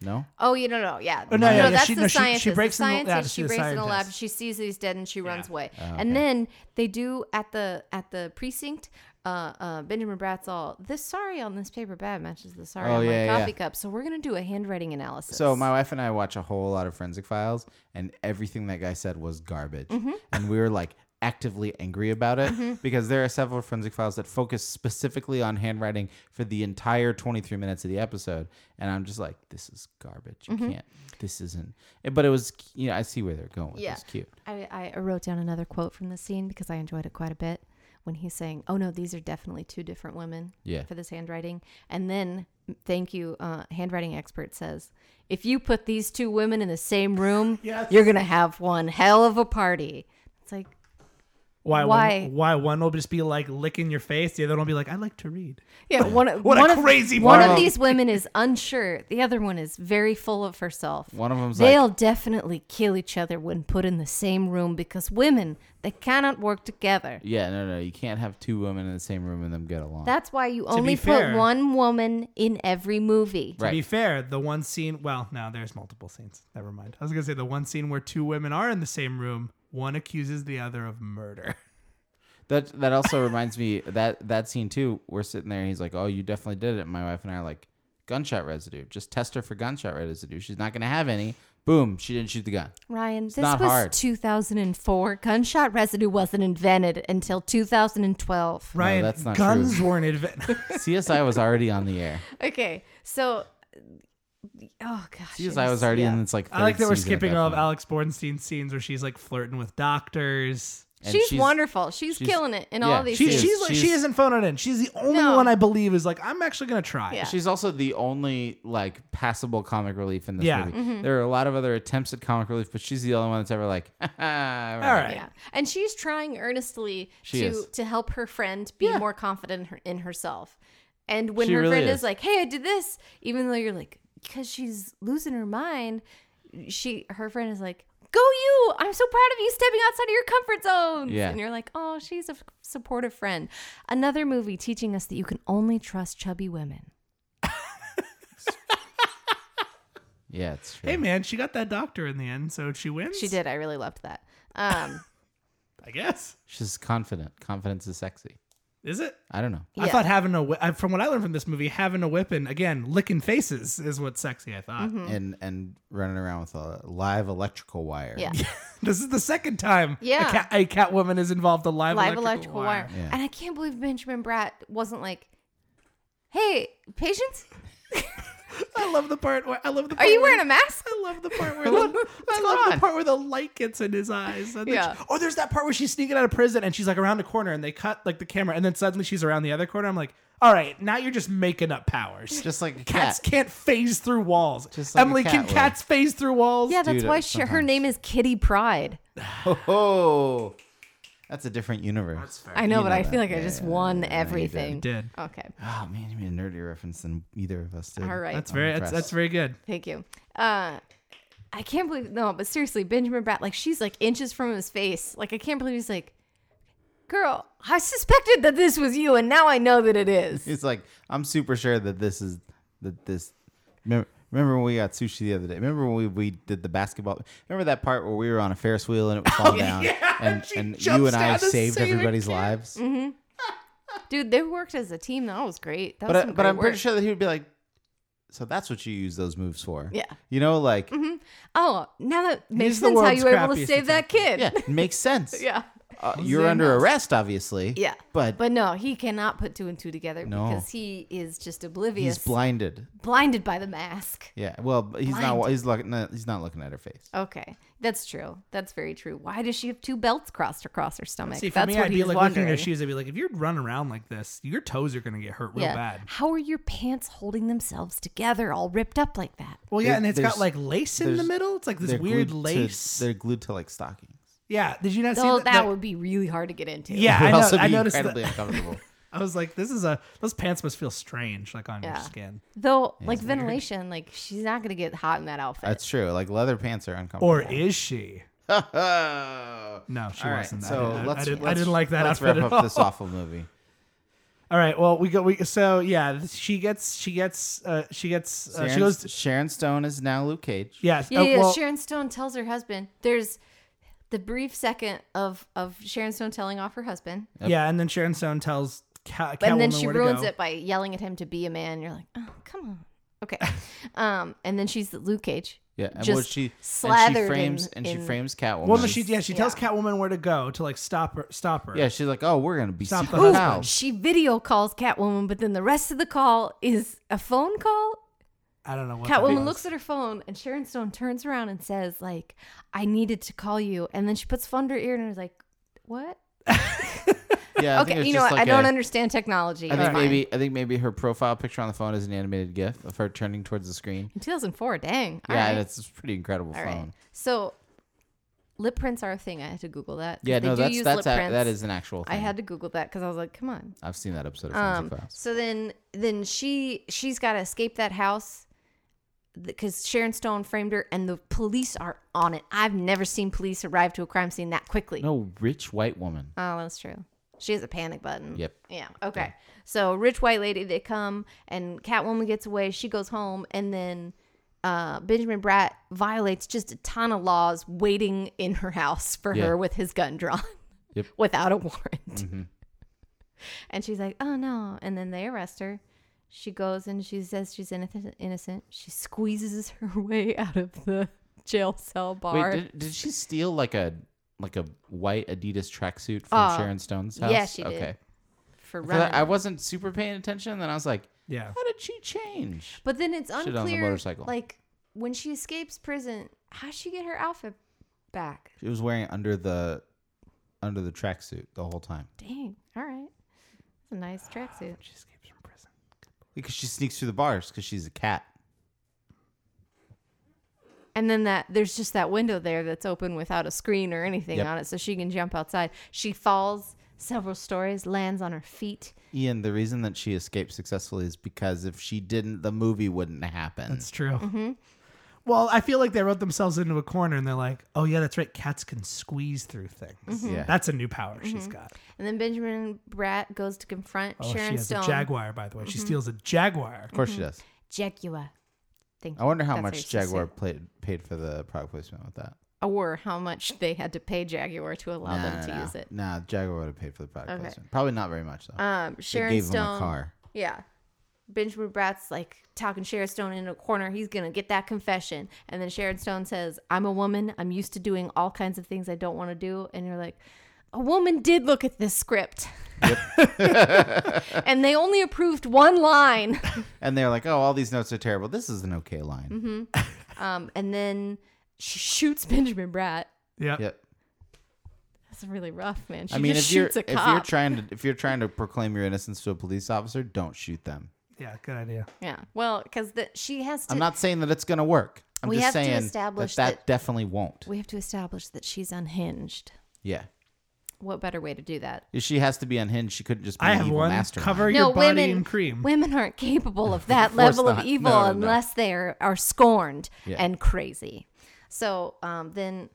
No, Oh, you don't know. Yeah. Oh, no, no, yeah, yeah, that's she- the no, she- she scientist. breaks the in the- yeah, scientist, she she's a breaks in the lab. scientist. She sees that he's dead and she runs Yeah. Ah, away. And okay. then they do at the at the precinct. Uh, uh, Benjamin Bratt's all this sorry on this paper bag matches the sorry Oh, on yeah, my yeah. coffee cup. So we're gonna do a handwriting analysis. So my wife and I watch a whole lot of forensic files, and everything that guy said was garbage, and we were like actively angry about it because there are several forensic files that focus specifically on handwriting for the entire 23 minutes of the episode, and I'm just like, this is garbage. You can't. This isn't. eh, But it was. You know, I see where they're going. with Yeah. It's cute. I, I wrote down another quote from the scene because I enjoyed it quite a bit when he's saying, "Oh no, these are definitely two different women." Yeah. for this handwriting. And then, thank you, uh, handwriting expert says, if you put these two women in the same room, Yes. you're gonna have one hell of a party. It's like, Why? Why? One, why one will just be like licking your face, the other one will be like, I like to read. yeah, one, What one a of crazy one of world. these women is unsure, the other one is very full of herself. One of them's like, They'll definitely kill each other when put in the same room because women they cannot work together. yeah, no, no, you can't have two women in the same room and them get along. That's why you only put fair- one woman in every movie. To be right. fair, the one scene, well, no, there's multiple scenes. Never mind. I was going to say the one scene where two women are in the same room, one accuses the other of murder. That that also reminds me that that scene too. We're sitting there, and he's like, "Oh, you definitely did it." And my wife and I are like, "Gunshot residue. Just test her for gunshot residue. She's not gonna have any." Boom! She didn't shoot the gun. Ryan, this was not hard. 2004. Gunshot residue wasn't invented until 2012. Ryan, that's not guns true. weren't invented. CSI was already on the air. Okay, so oh gosh, it CSI was already in yeah. its like. I like third that we're season at skipping that all of point. Alex Bornstein's scenes where she's like flirting with doctors. And She's, wonderful. She's, she's- killing it in yeah, all these. She She, is. she's, scenes. like, she She's- isn't phoning in. She's the only No. one I believe is like, I'm actually gonna try. Yeah. She's also the only like passable comic relief in this Yeah. movie. Mm-hmm. There are a lot of other attempts at comic relief, but she's the only one that's ever like, all right. All right. yeah, and she's trying earnestly She to is. to help her friend be more confident in, her, in herself. And when She her really friend is. is. like, "Hey, I did this," even though you're like, because she's losing her mind, she her friend is like. Go you! I'm so proud of you stepping outside of your comfort zone. Yeah. And you're like, oh, she's a f- supportive friend. Another movie teaching us that you can only trust chubby women. Yeah, it's true. Hey man, she got that doctor in the end, so she wins. She did. I really loved that. Um, I guess. She's confident. Confidence is sexy. Is it? I don't know. I Yeah. thought having a whi- I- from what I learned from this movie, having a whip and again licking faces is what's sexy. I thought Mm-hmm. and and running around with a live electrical wire. yeah. this is the second time Yeah. a, cat, a Catwoman is involved a live, Live electrical, electrical wire. wire. Yeah. And I can't believe Benjamin Bratt wasn't like, hey, patience, I love the part. Where, I love the. are Part you where- wearing a mask? I love the part where the, I love the part where the light gets in his eyes. And then Yeah. she- oh, there's that part where she's sneaking out of prison and she's like around a corner and they cut like the camera and then suddenly she's around the other corner. I'm like, all right, now you're just making up powers. Just like a cats cat. can't phase through walls. Just like a Emily, cat can would. cats phase through walls? Yeah, that's do why that she, her name is Kitty Pride. Oh, that's a different universe. I know, but know I that. feel like I Yeah, just yeah, won yeah, everything. Did. Okay. Oh man, you made a nerdier reference than either of us did. All right. That's very that's, impressed. that's very good. Thank you. Uh, I can't believe, no, but seriously, Benjamin Bratt, like, she's like inches from his face. Like, I can't believe he's like, girl, I suspected that this was you, and now I know that it is. It's like I'm super sure that this is that this. Remember, remember when we got sushi the other day? Remember when we, we did the basketball? Remember that part where we were on a Ferris Oh, wheel and it was falling down, yeah, and she and you jumps and I down to saved save a Mm-hmm. everybody's kid. lives. Dude, they worked as a team. That was great. That But was I, some but great I'm pretty work. sure that he would be like, so that's what you use those moves for. Yeah. You know, like Oh, now that makes the sense how world's you were able to crappiest save that kid. yeah, it makes sense. yeah. Uh, you're Zane under knows. arrest, obviously. Yeah. But, But no, he cannot put two and two together No. because he is just oblivious, he's blinded. blinded by the mask. Yeah. Well, but he's not. Blinded. He's looking. no, He's not looking at her face. Okay, that's true. That's very true. Why does she have two belts crossed across her stomach? See, for that's me, what I'd be he's like looking wondering. at her shoes. I'd be like, if you're running around like this, your toes are gonna get hurt real yeah. bad. How are your pants holding themselves together, all ripped up like that? Well, yeah, There- and it's got there's- like lace in the there's- middle. It's like this They're weird glued to- lace. they're glued to like stockings. yeah, did you not see oh, that? that, that- would be really hard to get into. yeah, It I would know. also I be noticed incredibly that. uncomfortable. I was like, this is a those pants must feel strange, like on Yeah. your skin. Though, like ventilation, like she's not gonna get hot in that outfit. That's true. Like leather pants are uncomfortable. Or is she? No, she All right, wasn't that. so I, let's, I, didn't, I let's- didn't like that Let's wrap outfit at up all. this awful movie. All right. Well, we go. We so yeah. She gets. She gets. Uh, she gets. Uh, Sharon, she goes. To, Sharon Stone is now Luke Cage. yeah. Yeah, uh, yeah. well, Sharon Stone tells her husband. There's the brief second of of Sharon Stone telling off her husband, yeah. And then Sharon Stone tells Ca- Catwoman and then she where to ruins go. it by yelling at him to be a man. You're like, oh, come on, okay. um, and then she's the Luke Cage. Yeah, and Just what she and slathered she in- frames and she in- frames Catwoman. Well, no, she yeah. She tells Yeah. Catwoman where to go to like stop her. Stop her. yeah, she's like, oh, we're gonna be Stop the secret husband. now. She video calls Catwoman, but then the rest of the call is a phone call. I don't know. What that Catwoman was. looks at her phone, and Sharon Stone turns around and says, "Like, I needed to call you." And then she puts phone to her ear and is like, "What?" Yeah, I think okay, it's you know just what? like I don't a- understand technology. I It's think fine. maybe I think maybe her profile picture on the phone is an animated GIF of her turning towards the screen. 2004. Dang. All yeah, right. and it's a pretty incredible All phone. right. So lip prints are a thing. I had to Google that. 'cause Yeah, they no, do that's use that's lip a, that prints. is an actual. Thing. I had to Google that because I was like, come on. I've seen that episode of Forensic Um, Files. so then, then she she's got to escape that house because Sharon Stone framed her, and the police are on it. I've never seen police arrive to a crime scene that quickly. No rich white woman. Oh, that's true. She has a panic button. Yep. Yeah. Okay. So rich white lady, they come and Catwoman gets away. She goes home, and then uh, Benjamin Bratt violates just a ton of laws, waiting in her house for Yeah. her with his gun drawn, Yep. Mm-hmm. without a warrant. And she's like, "Oh no!" And then they arrest her. She goes and she says she's innocent. Innocent. She squeezes her way out of the jail cell bar. Wait, did, did she steal like a like a white Adidas tracksuit from Uh, Sharon Stone's house? yeah, she did. Okay. for For that, running. I wasn't super paying attention, then I was like, Yeah. how did she change? But then it's on the unclear. motorcycle. Like when she escapes prison, how she get her outfit back? She was wearing under the under the tracksuit the whole time Dang. All right. It's a nice tracksuit. She escapes from prison. because she sneaks through the bars because she's a cat. And then that there's just that window there that's open without a screen or anything Yep. on it, so she can jump outside. She falls several stories, lands on her feet. Ian, the reason that she escaped successfully is because if she didn't, the movie wouldn't happen. That's true. Mm-hmm. Well, I feel like they wrote themselves into a corner, and they're like, "Oh yeah, that's right. Cats can squeeze through things. Mm-hmm. Yeah. That's a new power she's got." And then Benjamin Bratt goes to confront Oh, she Sharon has Stone. Mm-hmm. a jaguar, by the way. She steals a jaguar. of course she does. Jaguar. Thank I wonder how Mm-hmm. That's what much it's supposed to Jaguar say. played, paid for the product placement with that. Or how much they had to pay Jaguar to allow Nah, them nah, to nah. use it. Nah, Jaguar would have paid for the product Okay. placement. Probably not very much though. Um, They Sharon gave Stone. him a car. Yeah. Benjamin Bratt's like talking Sharon Stone in a corner. He's going to get that confession. And then Sharon Stone says, I'm a woman. I'm used to doing all kinds of things I don't want to do. And you're like, a woman did look at this script. and they only approved one line. And they're like, "Oh, all these notes are terrible. This is an okay line." Mm-hmm. Um, and then she shoots Benjamin Bratt. Yep. Yep. That's really rough, man. She I mean, just if you're shoots a if you're cop. trying to if you're trying to proclaim your innocence to a police officer, don't shoot them. Yeah. Good idea. yeah. Well, because she has to. I'm not saying that it's going to work. I'm We just have to saying establish that, that- definitely won't. we have to establish that she's unhinged. yeah. What better way to do that If she has to be unhinged, she couldn't just be I an have evil one. mastermind. Cover your body in cream. Women aren't capable of that Of course level not. of evil No, no, no. unless they are, are scorned Yeah. and crazy. So um, then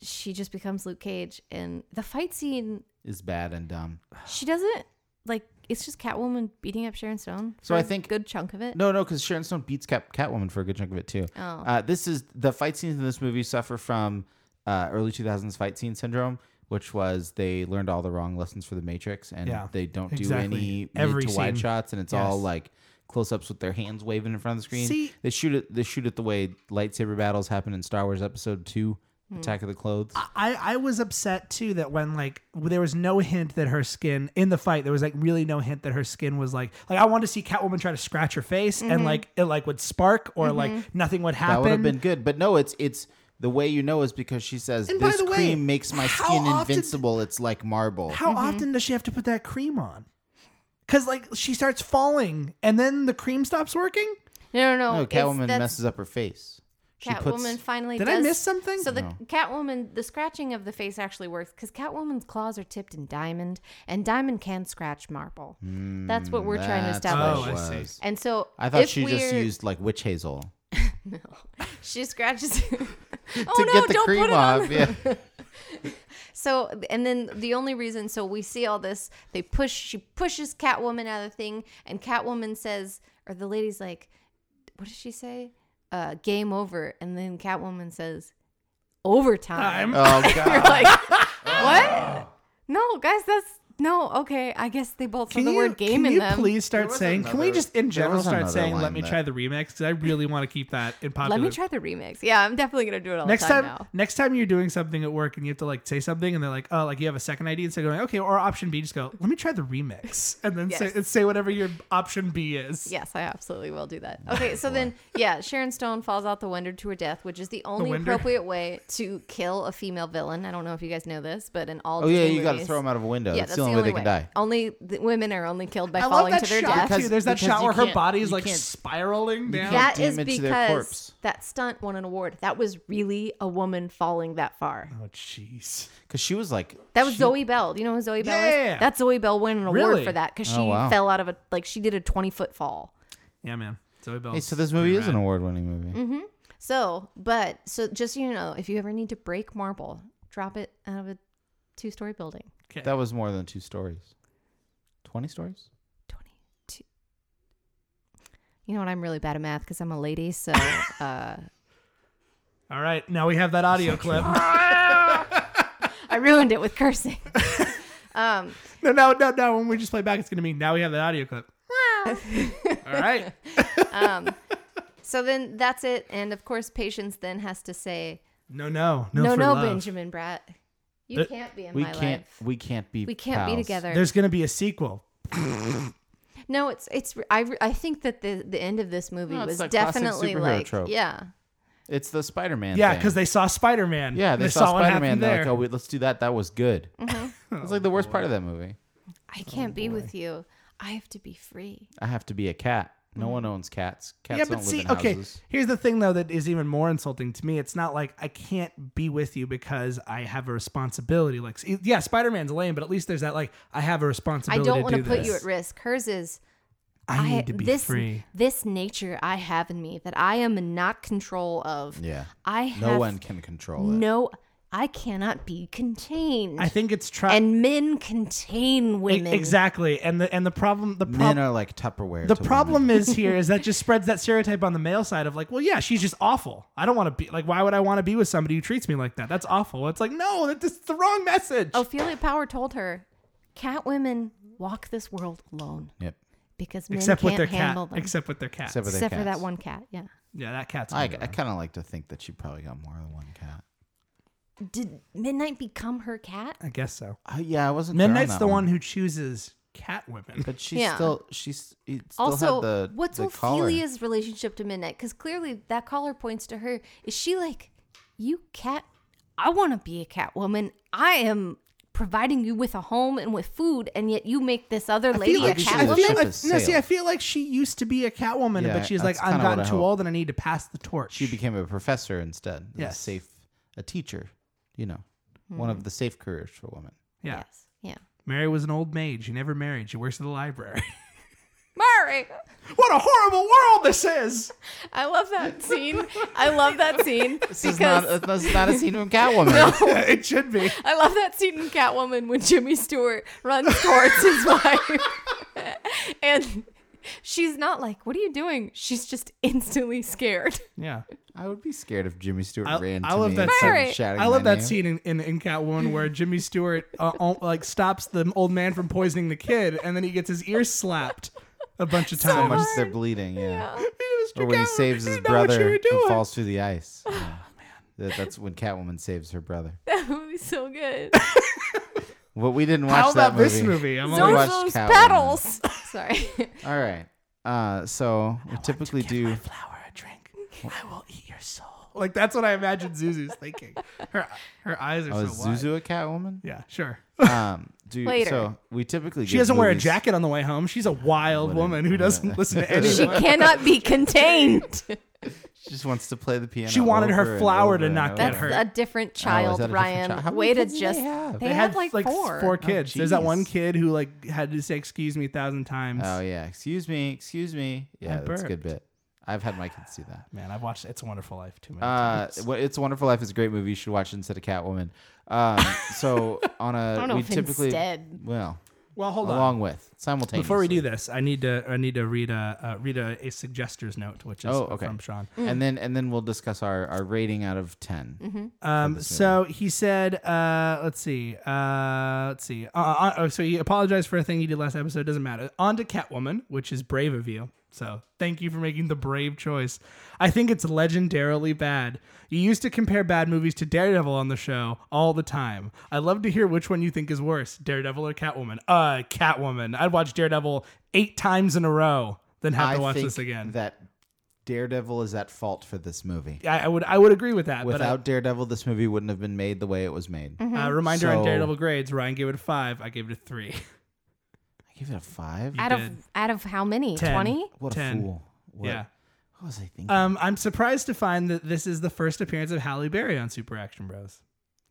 she just becomes Luke Cage, and the fight scene is bad and dumb. she doesn't like. It's just Catwoman beating up Sharon Stone. So for I a think- good chunk of it. No, no, because Sharon Stone beats Cat- Catwoman for a good chunk of it too. Oh. Uh, this is the fight scenes in this movie suffer from uh, early 2000s fight scene syndrome, which was they learned all the wrong lessons for the Matrix, and Yeah, they don't do exactly. any Every mid to wide scene. shots, and it's all like close-ups with their hands waving in front of the screen. See- they shoot it. They shoot it the way lightsaber battles happen in Star Wars Episode Two, Attack of the Clothes. I, I was upset too that when like there was no hint that her skin in the fight there was like really no hint that her skin was like like I wanted to see Catwoman try to scratch her face Mm-hmm. and like it like would spark or like nothing would happen. That would have been good, but no, it's it's the way you know is because she says And by this the way, cream makes my how skin often- invincible. It's like marble. How often does she have to put that cream on? Because like she starts falling and then the cream stops working. No, no, no. no, Oh, it's- Catwoman that's- messes up her face. She Catwoman puts finally Did I does. miss something? So the Catwoman, the scratching of the face actually works because Catwoman's claws are tipped in diamond, and diamond can scratch marble. that's what we're trying to Mm, That's what establish. Oh, it I see. was. And so I thought if she just we're- used like witch hazel she scratches. oh to no! get the don't cream put it on off. Yeah. So and then the only reason so we see all this, they push she pushes Catwoman out of the thing, and Catwoman says, or the lady's like, what does she say? Uh, game over. And then Catwoman says, overtime. Oh god. You're like, what? No, guys, that's no. Okay, I guess they both have the word game can in you them. please start was saying? can we another- just in there general was start another saying? Let line me that- try the remix because I really want to keep that in popular. Let me try the remix. Yeah, I'm definitely gonna do it all Next the time, time, now. next time you're doing something at work and you have to like say something, and they're like, "Oh, like you have a second ID," instead of going, "Okay," or option B, just go, "Let me try the remix," and then say Yes. say whatever your option B is. Yes, I absolutely will do that. Okay, so then, yeah, Sharon Stone falls out the window to her death, which is the only window? appropriate way to kill a female villain. I don't know if you guys know this, but in all Oh yeah, Disney you got to movies- throw them out of a window. Yeah, that's, the only way they can die. Only the women are only killed by I love falling that to their shot death. Because- too. There's that because shot you where her can't- body's you like can't- spiraling down. That is damage their because corpse. that stunt won an award. That was really a woman falling that far. oh jeez. Because she was like, That was she- Zoe Bell. Do you know who Zoe Bell Yeah. is? That Zoe Bell won an award Really? for that because she Oh, wow. fell out of a like she did a twenty foot fall. Yeah, man. Zoe Bell. Hey, so this movie is an award-winning movie. Mm-hmm. So, but so just so you know, if you ever need to break marble, drop it out of a two story building. That was more than two stories. Twenty stories. 22. You know what? I'm really bad at math because I'm a lady. So, uh, All right, now we have that audio clip. I ruined it with cursing. um, no, no, no, no. When we just play back, it's gonna mean now we have that audio clip. All right. so then that's it. And of course, Patience then has to say, No, no, no. No, for no, love. Benjamin Bratt. You There- can't be in We my can't. life. We can't be. We can't be pals. together. There's gonna be a sequel. No, it's it's. I, I think that the the end of this movie No, it's was that classic definitely superhero like trope. yeah, It's the Spider-Man. Yeah, thing. because they saw Spider Man. yeah they, saw, Spider-Man. They're like, oh, wait, let's do that. That was good. Mm-hmm. It's Oh, like the worst part of that movie. I can't be with you. I have to be free. I have to be a cat. No one owns cats. Cats Mm. yeah, don't but live see, in okay. houses. Here's the thing, though, that is even more insulting to me. It's not like I can't be with you because I have a responsibility. Like, see, yeah, Spider Man's lame, but at least there's that like I have a I responsibility. don't want to to do put this. you at risk. Hers is I need to be this free. this nature I have in me that I am in not control of. Yeah. I have No one can control it. no. I cannot be contained. I E, think it's trying. and men contain women. exactly, and the and the problem the Men problem. are like Tupperware. The to women. problem is here is that just spreads that stereotype on the male side of like, well, yeah, she's just awful. I don't want to be like, why would I want to be with somebody who treats me like that? That's awful. It's like, no, that- that's the wrong message. Oh, Ophelia Power told her, "Cat women walk this world alone Yep. because men except can't with their handle cat. them." Except with their cat. Except for, their Except for that cats. one cat. Yeah. yeah, that cat's. I, I everywhere. kind of like to think that she probably got more than one cat. Did Midnight become her cat? I guess so. Uh, yeah, I wasn't. clear on Midnight's that the one. who chooses cat women. But she's Yeah. still she's it still Also, had the what's the collar. Ophelia's relationship to Midnight? Because clearly that collar points to her. Is she like, you cat? I want to be a cat woman. I am providing you with a home and with food, and yet you make this other lady a like she- cat I feel woman. like- no, see, I feel like she used to be a cat woman, Yeah, but she's that's like, I'm kinda what gotten I too hope. old and I need to pass the torch. She became a professor instead. Yeah, Yes. Hmm. safe a teacher. You know, one of the safe careers for women. yeah. Yes. Yeah. Mary was an old maid. She never married. She works at the library. Murray. what a horrible world this is. I love that scene. I love that scene This is not because this is not a scene from Catwoman. it should be. I love that scene in Catwoman when Jimmy Stewart runs towards his wife. and she's not like, What are you doing? She's just instantly scared. Yeah. I would be scared if Jimmy Stewart I- ran to I love me that and scene. started Right. shouting I love my that name. scene in, in, in Catwoman where Jimmy Stewart uh, uh, like stops the old man from poisoning the kid, and then he gets his ear slapped a bunch of How much times. they're bleeding, yeah. Yeah. Mr. Or when he Catwoman, saves you his know what you brother were who doing. Oh, falls through the ice. Yeah. That- that's when Catwoman saves her brother. That would be so good. Well, we didn't watch How that about movie. this movie? I'm Zoe- only- watched Zorfo's Catwoman. petals. Sorry. All right. Uh, so we typically do. oh, flower a drink. I will eat your soul. Like that's what I imagine Zuzu's thinking. Her her eyes are Oh, so is wide. Zuzu a Catwoman? Yeah, sure. Um, do Later. so. We typically She give doesn't wear a movies- jacket on the way home. She's a wild woman who doesn't listen to she anyone. cannot be contained. She just wants to play the piano. She wanted her over and flower to over and not over. get That's hurt. Oh, a different child, that a different Ryan. child? How many Way to kids did they just. have? They, They had, like, four. four, Oh, kids. There's that one kid who like had to say "excuse me" a thousand times. Oh yeah. Excuse me. Excuse me. Yeah, I that's a good burped. bit. I've had my kids do that. Man, I've watched "It's a Wonderful Life" too many Uh, times. well, it's a Wonderful Life is a great movie. You should watch it instead of Catwoman. Um, so on a I don't know we if typically instead. well Well, hold on. along with simultaneously Before we do this, I need to I need to read a uh, read a, a suggester's note, which is Oh, okay. from Sean. Mm. and then and then we'll discuss our our rating out of 10 Mm-hmm. Um, so he said, uh, let's see, uh, let's see. Uh, Uh, uh, oh, so he apologized for a thing he did last episode. Doesn't matter. On to Catwoman, which is brave of you. So thank you for making the brave choice. I think it's legendarily bad. You used to compare bad movies to Daredevil on the show all the time. I'd love to hear which one you think is worse, Daredevil or Catwoman. Uh, Catwoman. I'd watch Daredevil eight times in a row, then have I to watch think this again. that Daredevil is at fault for this movie. I, I would I would agree with that. but I- Without Daredevil, this movie wouldn't have been made the way it was made. Mm. Uh, reminder So- on Daredevil grades: Ryan gave it a five. I gave it a three. I give it a five. Out of did. out of how many? Ten. Twenty. What a 10. fool! What, Yeah. what was I thinking? Uh, Um, I'm surprised to find that this is the first appearance of Halle Berry on Super Action Bros.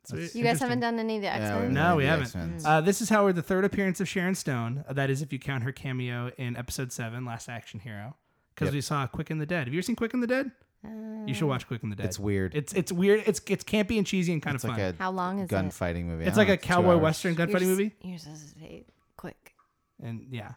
It's That's- You guys interesting. haven't done any of the Yeah, X Men. haven't No, done we Oh, the haven't. X-Men's. Uh, this is, however, the third appearance of Sharon Stone. Uh, That is, if you count her cameo in Episode Seven, Last Action Hero, because Yep. we saw Quick and the Dead. Have you ever seen Quick and the Dead? you Uh, should watch Quick and the Dead. It's weird. It's it's weird. It's it's campy and cheesy and kind it's of like fun. a How long is it? gunfighting movie. I it's don't like know, a two cowboy hours. western gunfighting Yours- movie, Yours is eight. Quick. and yeah,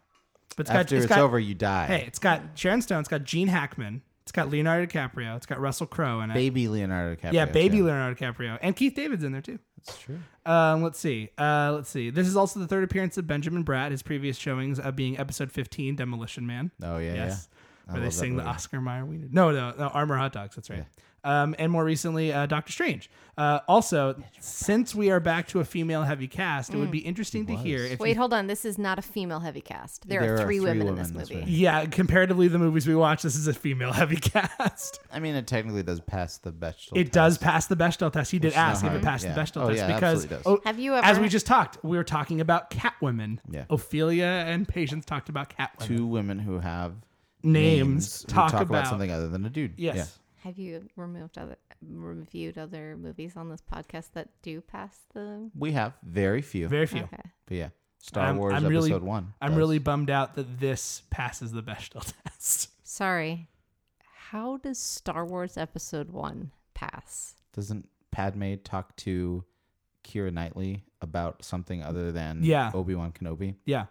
but it's After got, it's, got, over, you die. Hey, it's got Sharon Stone. It's got Gene Hackman. It's got Leonardo DiCaprio. It's got Russell Crowe in it. baby Leonardo DiCaprio. yeah, baby too. Leonardo DiCaprio and Keith David's in there too. That's true. Um, let's see. Uh, let's see. This is also the third appearance of Benjamin Bratt. His previous showings uh, being Episode 15, Demolition Man. Oh yeah, yes, I where they love that sing the movie. Oscar Mayer Wiener. No, no, no, Armor Hot Dogs. That's right. Um, and more recently, uh, Doctor Strange. Uh, also, since we are back to a female heavy cast, it would be interesting to hear if you Wait, hold on. This is not a female heavy cast. There, are, three women, in this movie. yeah, comparatively the movies we watch, this is a female heavy cast. yeah. I mean, it technically does pass the Bechdel. It test. does pass the Bechdel test. He did no ask if harm. it passed the Yeah. Bechdel Oh, test yeah, because absolutely does. oh, Have you ever? as we just talked, we were talking about Catwomen. Yeah. Ophelia and Patience talked about Catwomen. Two women who have Names who talk talk about- something other than a dude. Yes. Yeah. have you removed other reviewed other movies on this podcast that do pass the? We have very few. Very few. Okay. but yeah, Star I'm- Wars I'm Episode really- One. I'm does. really bummed out that this passes the Bechdel test. Sorry. How does Star Wars Episode One pass? doesn't Padme talk to Kira Knightley about something other than Yeah. Obi Wan Kenobi? Yeah.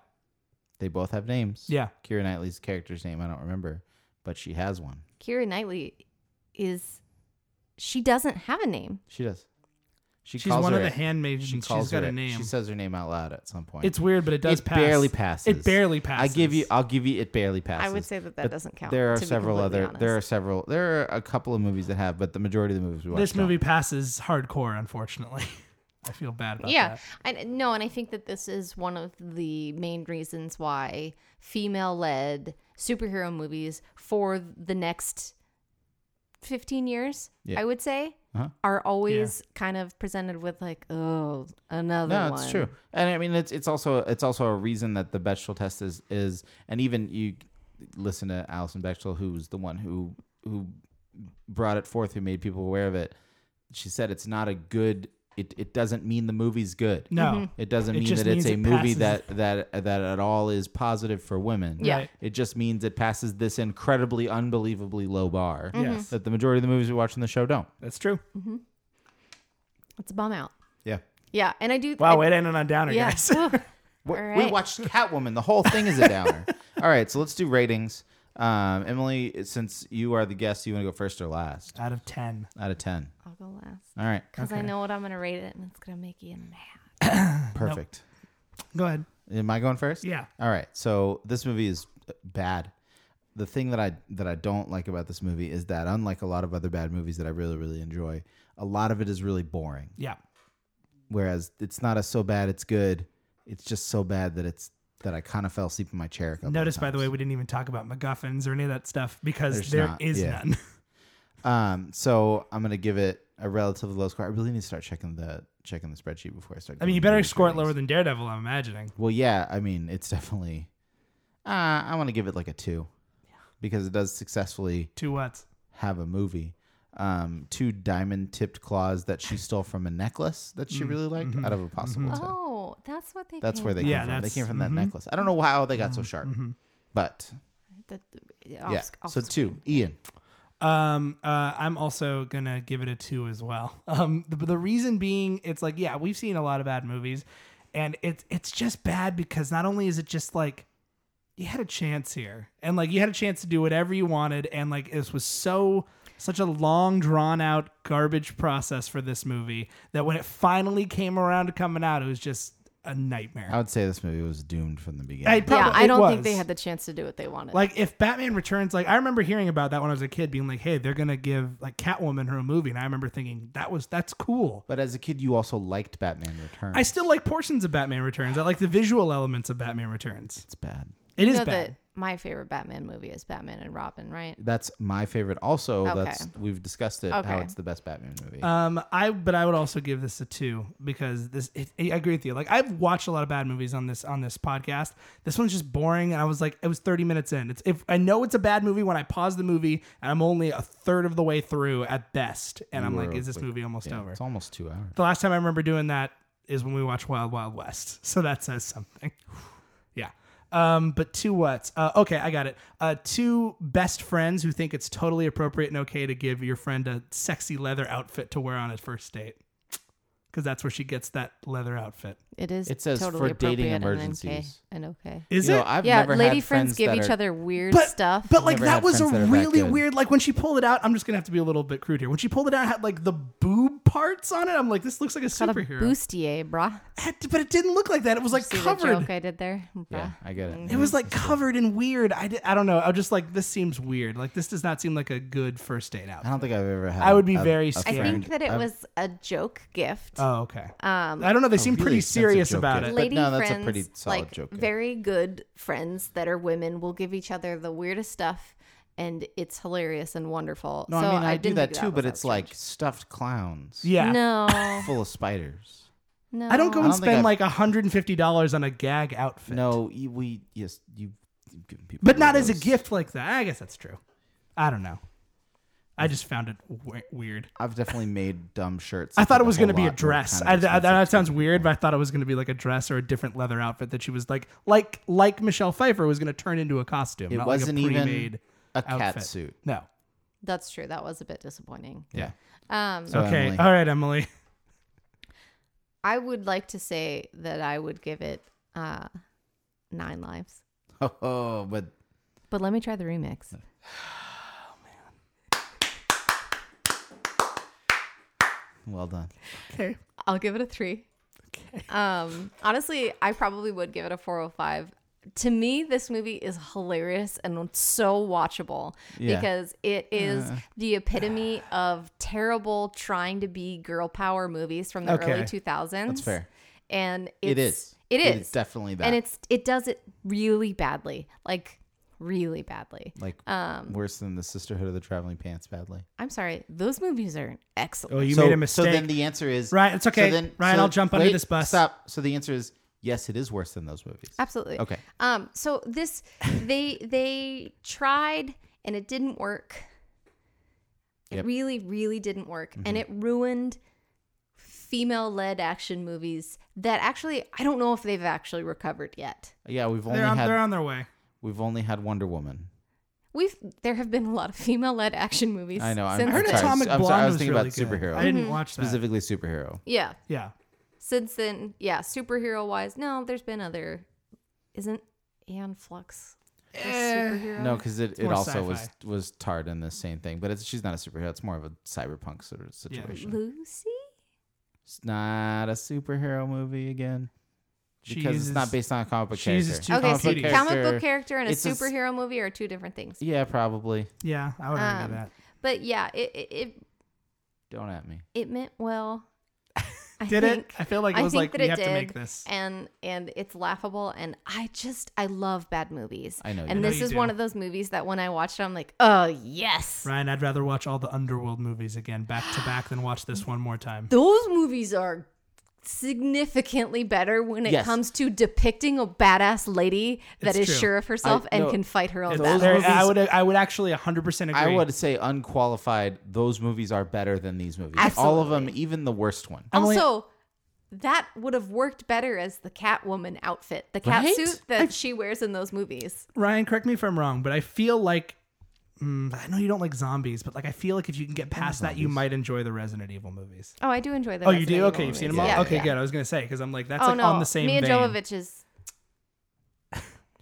They both have names. Yeah. Kira Knightley's character's name I don't remember, but she has one. Kira Knightley is. She doesn't have a name. She does. She She's calls one her of the it. handmaids She and calls she's got her a it. name. She says her name out loud at some point. it's weird, but it does it pass. barely passes. It barely passes. I give you. I'll give you. It barely passes. I would say that that But doesn't count. There are to be several completely other. honest. There are several. There are a couple of movies that have, but the majority of the movies we watch. this don't. movie passes hardcore, unfortunately. I feel bad about yeah that. and no and i think that this is one of the main reasons why female-led superhero movies for the next 15 years Yeah. i would say Uh-huh. are always kind of presented with like oh another No, one it's true, and I mean it's it's also it's also a reason that the Bechtel test is is, and even you listen to Alison Bechtel, who's the one who who brought it forth, who made people aware of it. She said it's not a good. It it doesn't mean the movie's good. No. Mm-hmm. It doesn't It mean just that it's means a it movie passes- that that that at all is positive for women. Yeah. Right. It just means it passes this incredibly, unbelievably low bar Mm-hmm. Yes. that the majority of the movies we watch on the show don't. That's true. it's a bum out Yeah. yeah and i do Wow, I, it ended on downer, yeah guys. Ooh. We, All we right. watched Catwoman. The whole thing is a downer. all right, so let's do ratings. Um, Emily, since you are the guest, you want to go first or last? Out of 10. Out of ten. I'll go last All right, because I Okay. know what I'm gonna rate it, and it's gonna make you mad. perfect. Go ahead. Am I going first? Yeah. All right. So this movie is uh, bad. The thing that I that I don't like about this movie is that unlike a lot of other bad movies that I really really enjoy, a lot of it is really boring. Yeah. Whereas it's not a so bad it's good. It's just so bad that it's that I kind of fell asleep in my chair. A couple of Notice, by the times. way, we didn't even talk about MacGuffins or any of that stuff because There's there not, is yeah. none. Um, so I'm gonna give it a relatively low score. I really need to start checking the checking the spreadsheet before I start. I mean, giving you better movies score it ratings. lower than Daredevil, I'm imagining. Well, yeah. I mean, it's definitely. Uh, I want to give it like a two, because it does successfully Two what's? have a movie. Um, two diamond tipped claws that she stole from a necklace that Mm, she really liked out of a possible ten. Oh, that's what they. That's came where they from. mm-hmm. Yeah, came from. They that's- Mm-hmm. came from that mhm. necklace. I don't know how they got so sharp, but The, the- yeah. off- off so two, Ian. Um, uh, I'm also gonna give it a two as well. Um, the, the reason being, it's like, yeah, we've seen a lot of bad movies, and it's it's just bad because not only is it just like you had a chance here, and like you had a chance to do whatever you wanted, and like this was so such a long drawn out garbage process for this movie that when it finally came around to coming out, it was just a nightmare. I would say this movie was doomed from the beginning. I Yeah, probably- I it don't think was. they had the chance to do what they wanted. Like if Batman Returns, like I remember hearing about that when I was a kid, being like, "Hey, they're gonna give like Catwoman her movie," and I remember thinking that was that's cool. but as a kid, you also liked Batman Returns. I still like portions of Batman Returns. I like the visual elements of Batman Returns. it's bad. It you is know bad. that my favorite Batman movie is Batman and Robin, right? That's my favorite. Also, Okay. that's we've discussed it how Okay. it's the best Batman movie. Um, I but I would also give this a two because this it, I agree with you. Like I've watched a lot of bad movies on this on this podcast. This one's just boring, and I was like, it was thirty minutes in. It's if I know it's a bad movie when I pause the movie, and I'm only a third of the way through at best, and I'm like, were, is this like, movie almost Yeah, over? It's almost two hours. The last time I remember doing that is when we watched Wild Wild West. So that says something. yeah. Um, but two whats? Uh, okay, I got it. Uh, two best friends who think it's totally appropriate and okay to give your friend a sexy leather outfit to wear on a first date. Because that's where she gets that leather outfit. It is. It says totally for dating appropriate and NK emergencies. And okay. Is You know, it? I've yeah, never lady had friends, give that each are- other weird but, stuff. But like Never that had was a friends that are that really good. weird. Like when she pulled it out, I'm just gonna have to be a little bit crude here. When she pulled it out, it had like the boob parts on it. I'm like, this looks like a got a superhero. bustier, brah. But it didn't look like that. It was like See covered. the joke I did there? Brah. Yeah, I get it. It was like covered in weird. I, di- I don't know. I'm just like this seems weird. Like this does not seem like a good first date out. I don't think I've ever had. I would be a- very a scared. I Yeah. friend- think that it I've- was a joke gift. Oh okay. um, I don't know. They seem really pretty expensive serious joke about gift. it. Like- lady no, that's a friends, pretty solid like joke, yeah. very good friends that are women, will give each other the weirdest stuff, and it's hilarious and wonderful. No, so I mean I, do didn't that think too, but was it's like stuffed clowns. Yeah. no, full of spiders. no. I don't go I don't and think spend I've- like hundred and fifty dollars on a gag outfit. No, you, we yes you. you've given people but not as a those. gift like that. I guess that's true. I don't know. I just found it we- weird. I've definitely made dumb shirts. I that thought did it was whole going to be lot a more dress. kind I, I, of that expensive sounds stuff. weird, but I thought it was going to be like a dress or a different leather outfit that she was like, like, like Michelle Pfeiffer was going to turn into a costume. It not wasn't like a even pre-made a cat outfit. suit. No. That's true. That was a bit disappointing. Yeah. Um, So- okay. Emily. All right, Emily. I would like to say that I would give it uh, nine lives, Oh, but but let me try the remix. well done. Okay. I'll give it a three. Okay. Um, honestly, I probably would give it a 405. To me, this movie is hilarious and so watchable Yeah. Uh. because it is the epitome of terrible trying to be girl power movies from the early Okay. 2000s. That's fair. And it's, It is. It is. It's definitely that. and it's it does it really badly. Like really badly. like Um, worse than the Sisterhood of the Traveling Pants badly. I'm sorry. Those movies are excellent. Oh, you so, made a so mistake. then the answer is Ryan, it's okay. Ryan, I'll jump under this bus. Stop. So the answer is yes, it is worse than those movies. Absolutely. Okay. Um, so this they they tried and it didn't work. It Yep. Mm-hmm. really, really didn't work. And it ruined female led action movies that actually I don't know if they've actually recovered yet. Yeah, we've only they're, on, had they're on their way. we've only had Wonder Woman. We've there have been a lot of female led action movies. I know. I'm, Since I'm I heard sorry. Atomic I'm Blonde sorry. I was was thinking really about good. superhero, I Mm-hmm. didn't watch that. specifically superhero. Yeah. Yeah. Since then, yeah, superhero wise, no, there's been other isn't Anne Flux a superhero? Eh, No, because it, it more also was sci-fi. was tarred in the same thing, but it's, she's not a superhero. It's more of a cyberpunk sort of Yeah. situation. Lucy? It's not a superhero movie again She because it's not uses- based on a comic book she character. uses two Okay, comic so book comic character. book character and a It's a s- superhero movie are two different things. yeah, probably. Yeah, I would agree Um, with that. But yeah, it it, it, Don't at me. it meant well. I Did think, it? I feel like it I was think like that we it have to make did. this. And and it's laughable and I just I love bad movies. I know you And do. this you is do. one of those movies that when I watched it I'm like, "Oh, yes. Ryan, I'd rather watch all the Underworld movies again back to back than watch this one more time. Those movies are significantly better when it Yes. comes to depicting a badass lady that It's is true. sure of herself I- and no, can fight her own It's battle. very- movies- I would I would actually 100% agree. I would say unqualified. Those movies are better than these movies. All of them, Absolutely. even the worst one. Emily- Also, that would have worked better as the Catwoman outfit, the cat Right? suit that she wears in those movies. Ryan, correct me if I'm wrong, but I feel like mm, I know you don't like zombies, but like I feel like if you can get past that, you might enjoy the Resident Evil movies. Oh, I do enjoy the. Oh, you Resident do? Evil Okay, you've seen them movies. all. Yeah, okay, yeah. good. I was gonna say because I'm like that's oh like no, on the same. Mia vein. Jovovich is.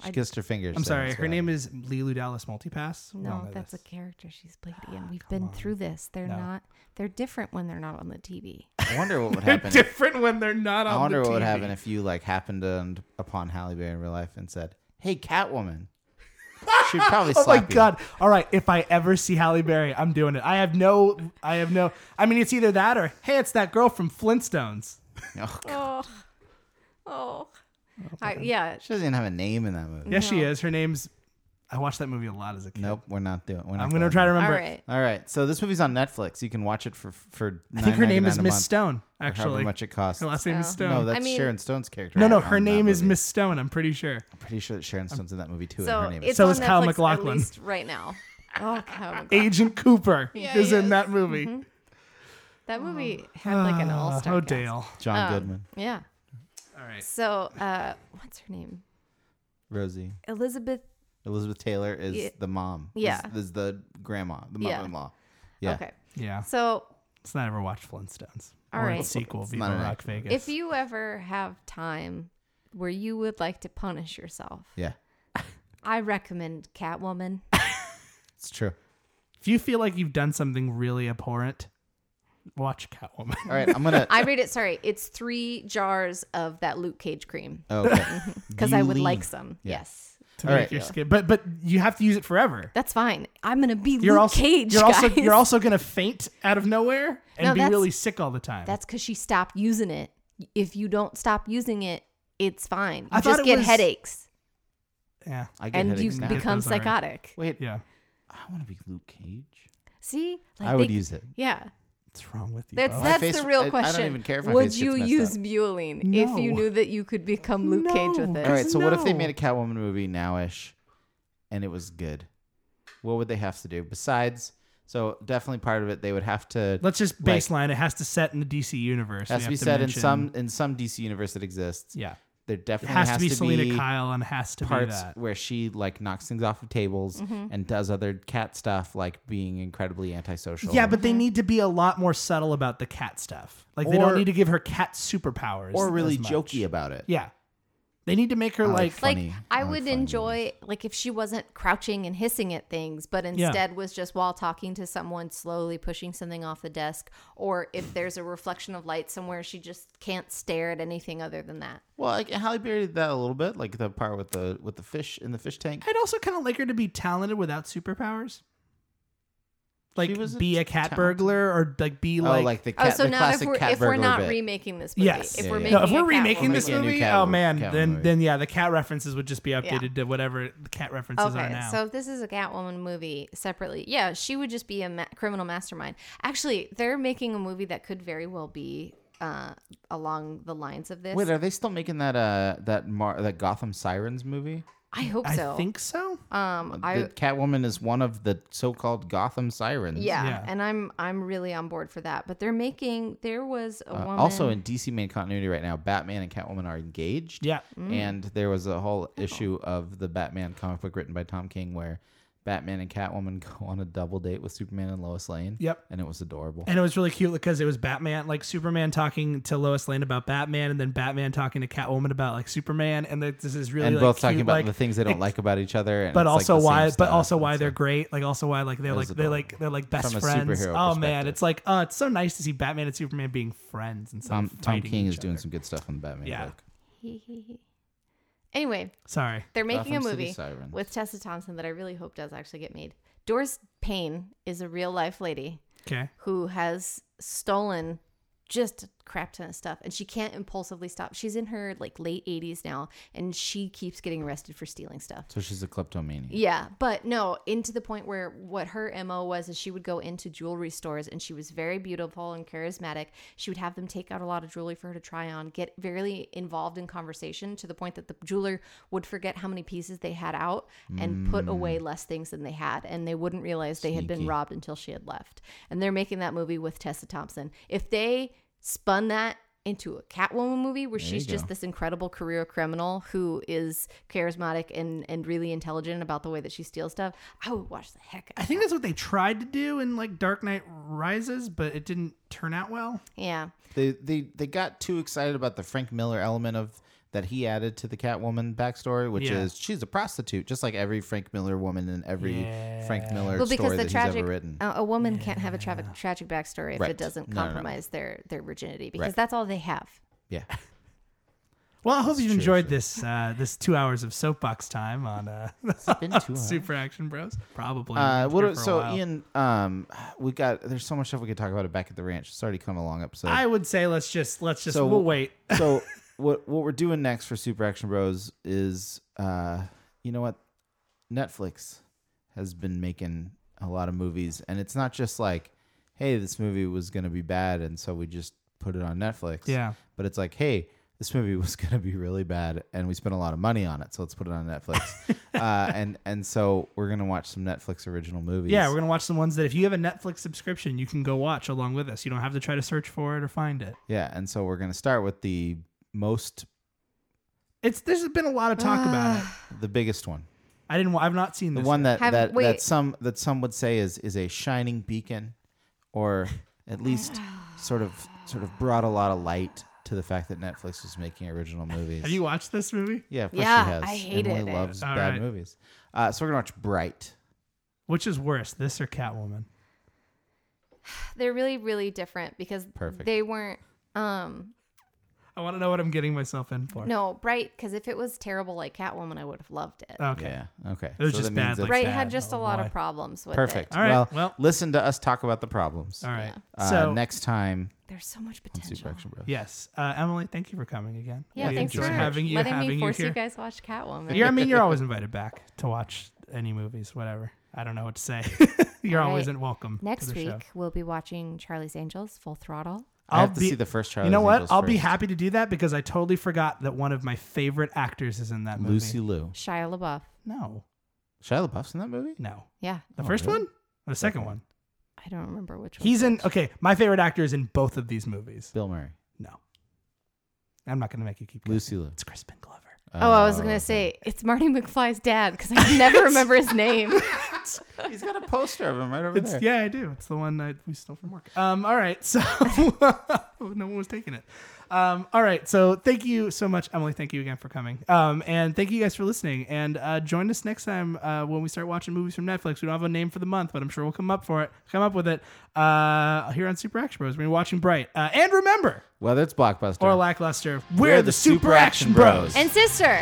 She kissed her fingers. I'm so sorry, that's her what name is Lilu Dallas Multipass. No, that's a character she's played in. We've been through this. They're No. not. They're different when they're not on the TV. I wonder what would They're happen. if- different when they're not on. I wonder the what would TV. happen if you like happened to, upon Halle Berry in real life and said, "Hey, Catwoman." She'd probably Oh slap my you. god! All right, if I ever see Halle Berry, I'm doing it. I have no, I have no. I mean, it's either that or hey, it's that girl from Flintstones. Oh, oh, oh, I, yeah. she doesn't even have a name in that movie. Yes, she is. Her name's. I watched that movie a lot as a kid. Nope, we're not doing. We're not I'm gonna going try to there. All remember. right. All right, so this movie's on Netflix. You can watch it for for. I think her name $9.99 is a Miss month, Stone. or however Actually, much it costs. her last name is Oh. Stone. No, that's mean- Sharon Stone's character. no, no, on her that name is movie. Miss Stone. I'm pretty sure. I'm pretty sure that Sharon Stone's in that movie too. So and her name it's is. So on is Kyle Netflix at McLaughlin. least right now. Oh, Kyle McLaughlin. Agent Cooper Yeah, is he in is. Mm-hmm. that movie. That movie had like an Uh, all-star. oh, cast. Dale. John Um, Goodman, Yeah. All right. So, uh, what's her name? Rosie, Elizabeth. Elizabeth Taylor is Yeah. the mom. is- Yeah. is, the grandma, the Yeah. mother-in-law. Yeah, Okay. Yeah. So, Let's not ever watch Flintstones. All or right. its sequel, Viva not an Rock acronym. Vegas. if you ever have time where you would like to punish yourself, yeah, I recommend Catwoman. it's true. if you feel like you've done something really abhorrent, watch Catwoman. All right, I'm gonna. I read it. Sorry, it's three jars of that Luke Cage cream oh, okay. because I would Eileen. like some. Yeah. Yes, to All make right. your skin. But but you have to use it forever. that's fine. I'm gonna be You're Luke also Cage. you're also guys. you're also gonna faint out of nowhere and No, be that's- really sick all the time. That's because she stopped using it. If you don't stop using it, it's fine. You I thought just it get was- headaches yeah I get and you headaches now. because- become Those are- psychotic. Wait, yeah. I want to be Luke Cage. See, I would they- use it. Yeah, What's wrong with you? that's Bo? that's face- the I- I real don't question. even care if my would face you gets messed use up. Butylene if you No. knew that you could become Luke Cage with No. it? All right, so what if they No. made a Catwoman movie nowish, and it was good? What would they have to do besides? So definitely part of it, they would have to. Let's just Like- baseline. it has to set in the DC universe. We has to have be said in mention- some in some DC universe that exists. Yeah, There it definitely has, to be Selena Kyle and has to be parts that. where she like knocks things off of tables Mm-hmm. and does other cat stuff like being incredibly antisocial. Yeah, but they need to be a lot more subtle about the cat stuff. Like they Or- don't need to give her cat superpowers or really as much. jokey about it. Yeah, they need to make her I like. like like funny. I I like would funny enjoy like if she wasn't crouching and hissing at things, but Yeah. instead was just while talking to someone slowly pushing something off the desk, or if there's a reflection of light somewhere, she just can't stare at anything other than that. Well, like Halle Berry did that a little bit, like the part with the with the fish in the fish tank. I'd also kind of like her to be talented without superpowers. Like was a be a cat talented- burglar or like be oh, like. like the cat, oh, so the now if classic we're cat if we're burglar not bit. remaking this movie, Yes. if Yeah, we're yeah. making, No, no, if we're a cat remaking woman- this We're making a new movie, cat oh movie. man, Cat then movie. then yeah, the cat references would just be updated Yeah. to whatever the cat references are Okay, now. so if this is a Catwoman movie separately. Yeah, she would just be a ma- criminal mastermind. Actually, they're making a movie that could very well be uh, along the lines of this. Wait, are they still making that uh that Mar- that Gotham Sirens movie? I hope I so. think so. um, I that Catwoman is one of the so-called Gotham Sirens. Yeah, Yeah. and I'm I'm really on board for that. But they're making there was a Uh, woman also in DC main continuity right now, Batman and Catwoman are engaged. Yeah. And there was a whole issue of the Batman comic book written by Tom King where Batman and Catwoman go on a double date with Superman and Lois Lane. Yep. And it was adorable. And it was really cute because it was Batman, like Superman talking to Lois Lane about Batman, and then Batman talking to Catwoman about like Superman, and that this is really And like, both cute, talking about like, the things they don't like about each other. And it's, but like, also the same why, but stuff. also why It's they're like- great, like also why like they're That was like they're adorable. like they're like best From a friends. superhero Oh man, perspective. it's like oh, it's so nice to see Batman and Superman being friends and Tom, stuff. Tom King is doing some good stuff on the Batman Yeah. book. anyway, Sorry, they're making a Gotham City movie Sirens. with Tessa Thompson that I really hope does actually get made. Doris Payne is a real life lady okay, who has stolen just a crap ton of stuff and she can't impulsively stop. She's in her like late 80s now and she keeps getting arrested for stealing stuff. So she's a kleptomaniac. Yeah, but no, into the point where what her MO was is she would go into jewelry stores and she was very beautiful and charismatic. She would have them take out a lot of jewelry for her to try on, get very involved in conversation to the point that the jeweler would forget how many pieces they had out and put away less things than they had. And they wouldn't realize they had been Mm. Sneaky. robbed until she had left. And they're making that movie with Tessa Thompson. If they spun that into a Catwoman movie where she's you just go. this incredible career criminal who is charismatic and and really intelligent about the way that she steals stuff. I would watch the heck. Out I of think that's what they tried to do in like Dark Knight Rises, but it didn't turn out well. that. yeah, They, they they got too excited about the Frank Miller element of that he added to the Catwoman backstory, which Yeah. is she's a prostitute, just like every Frank Miller woman in every Frank Miller well, because story the that he's tragic uh, ever written. um, a, a woman can't have a tragic tragic backstory if Right. it doesn't No, no, no. compromise their their virginity because Right. that's all they have. yeah, Well, I hope you've true, enjoyed so- this uh, this two hours of soapbox time on uh, it's been too hard. Super Action Bros. Probably. Uh, what Here do- for a so while. Ian, um, we got there's so much stuff we could talk about it back at the ranch. It's already come a long episode. I would say let's just let's just So- we'll wait. so what what we're doing next for Super Action Bros is uh you know what Netflix has been making a lot of movies and it's not just like hey this movie was going to be bad and so we just put it on Netflix. Yeah. But it's like hey this movie was going to be really bad and we spent a lot of money on it so let's put it on Netflix. uh and and so we're going to watch some Netflix original movies. Yeah, we're gonna watch the ones that if you have a Netflix subscription, you can go watch along with us. You don't have to try to search for it or find it. yeah, and so we're going to start with the most It's there's been a lot of talk about it. the biggest one. I didn't. wa- I've not seen the this. one that Have- that, that wait. some that some would say is is a shining beacon, or at least sort of sort of brought a lot of light to the fact that Netflix was making original movies. Have you watched this movie? yeah, of course Yeah, she has. I hated Emily it. loves All bad right. movies. Uh, so we're gonna watch Bright. Which is worse, this or Catwoman? They're really really different because Perfect. they weren't. Um, I want to know what I'm getting myself in for. no, Bright. Because if it was terrible like Catwoman, I would have loved it. Okay. Yeah. Okay. It was So that just means bad, it's- like- Bright sad, had just a oh lot boy. of problems with it. Perfect. All right, Well, well- listen to us talk about the problems. All right. Uh, So next time There's so much on potential. Super Action Bros. yes, uh, Emily, thank you for coming again. Yeah, we thanks for enjoyed having you. letting having me you force you, here. guys watch Catwoman. You're, I mean, you're always invited back to watch any movies, whatever. I don't know what to say. you're All always right. welcome. to Next the week show. we'll be watching Charlie's Angels Full Throttle. I I'll have to be. see the first Charlie. you know what? I'll be happy to do that because I totally forgot that one of my favorite actors is in that movie. Lucy Liu. Shia LaBeouf. No, Shia LaBeouf's in that movie. no. Yeah, The Oh, first really? one, or the second one. I don't remember which one. He's in. Okay, my favorite actor is in both of these movies. Bill Murray. No, I'm not gonna make you keep. Lucy guessing. Liu. It's Crispin Glover. Oh, I was Uh, gonna okay. say it's Marty McFly's dad because I never remember his name. He's got a poster of him right over It's there. yeah, I do. It's the one I, we stole from work. Um, all right, so no one was taking it. Um, all right, so thank you so much, Emily. Thank you again for coming. Um, and thank you guys for listening. And uh, join us next time uh, when we start watching movies from Netflix. We don't have a name for the month, but I'm sure we'll come up for it. Come up with it uh, here on Super Action Bros. We're watching Bright. Uh, and remember, Whether it's blockbuster or lackluster, we're, We're the, Super, Action Bros. and sister.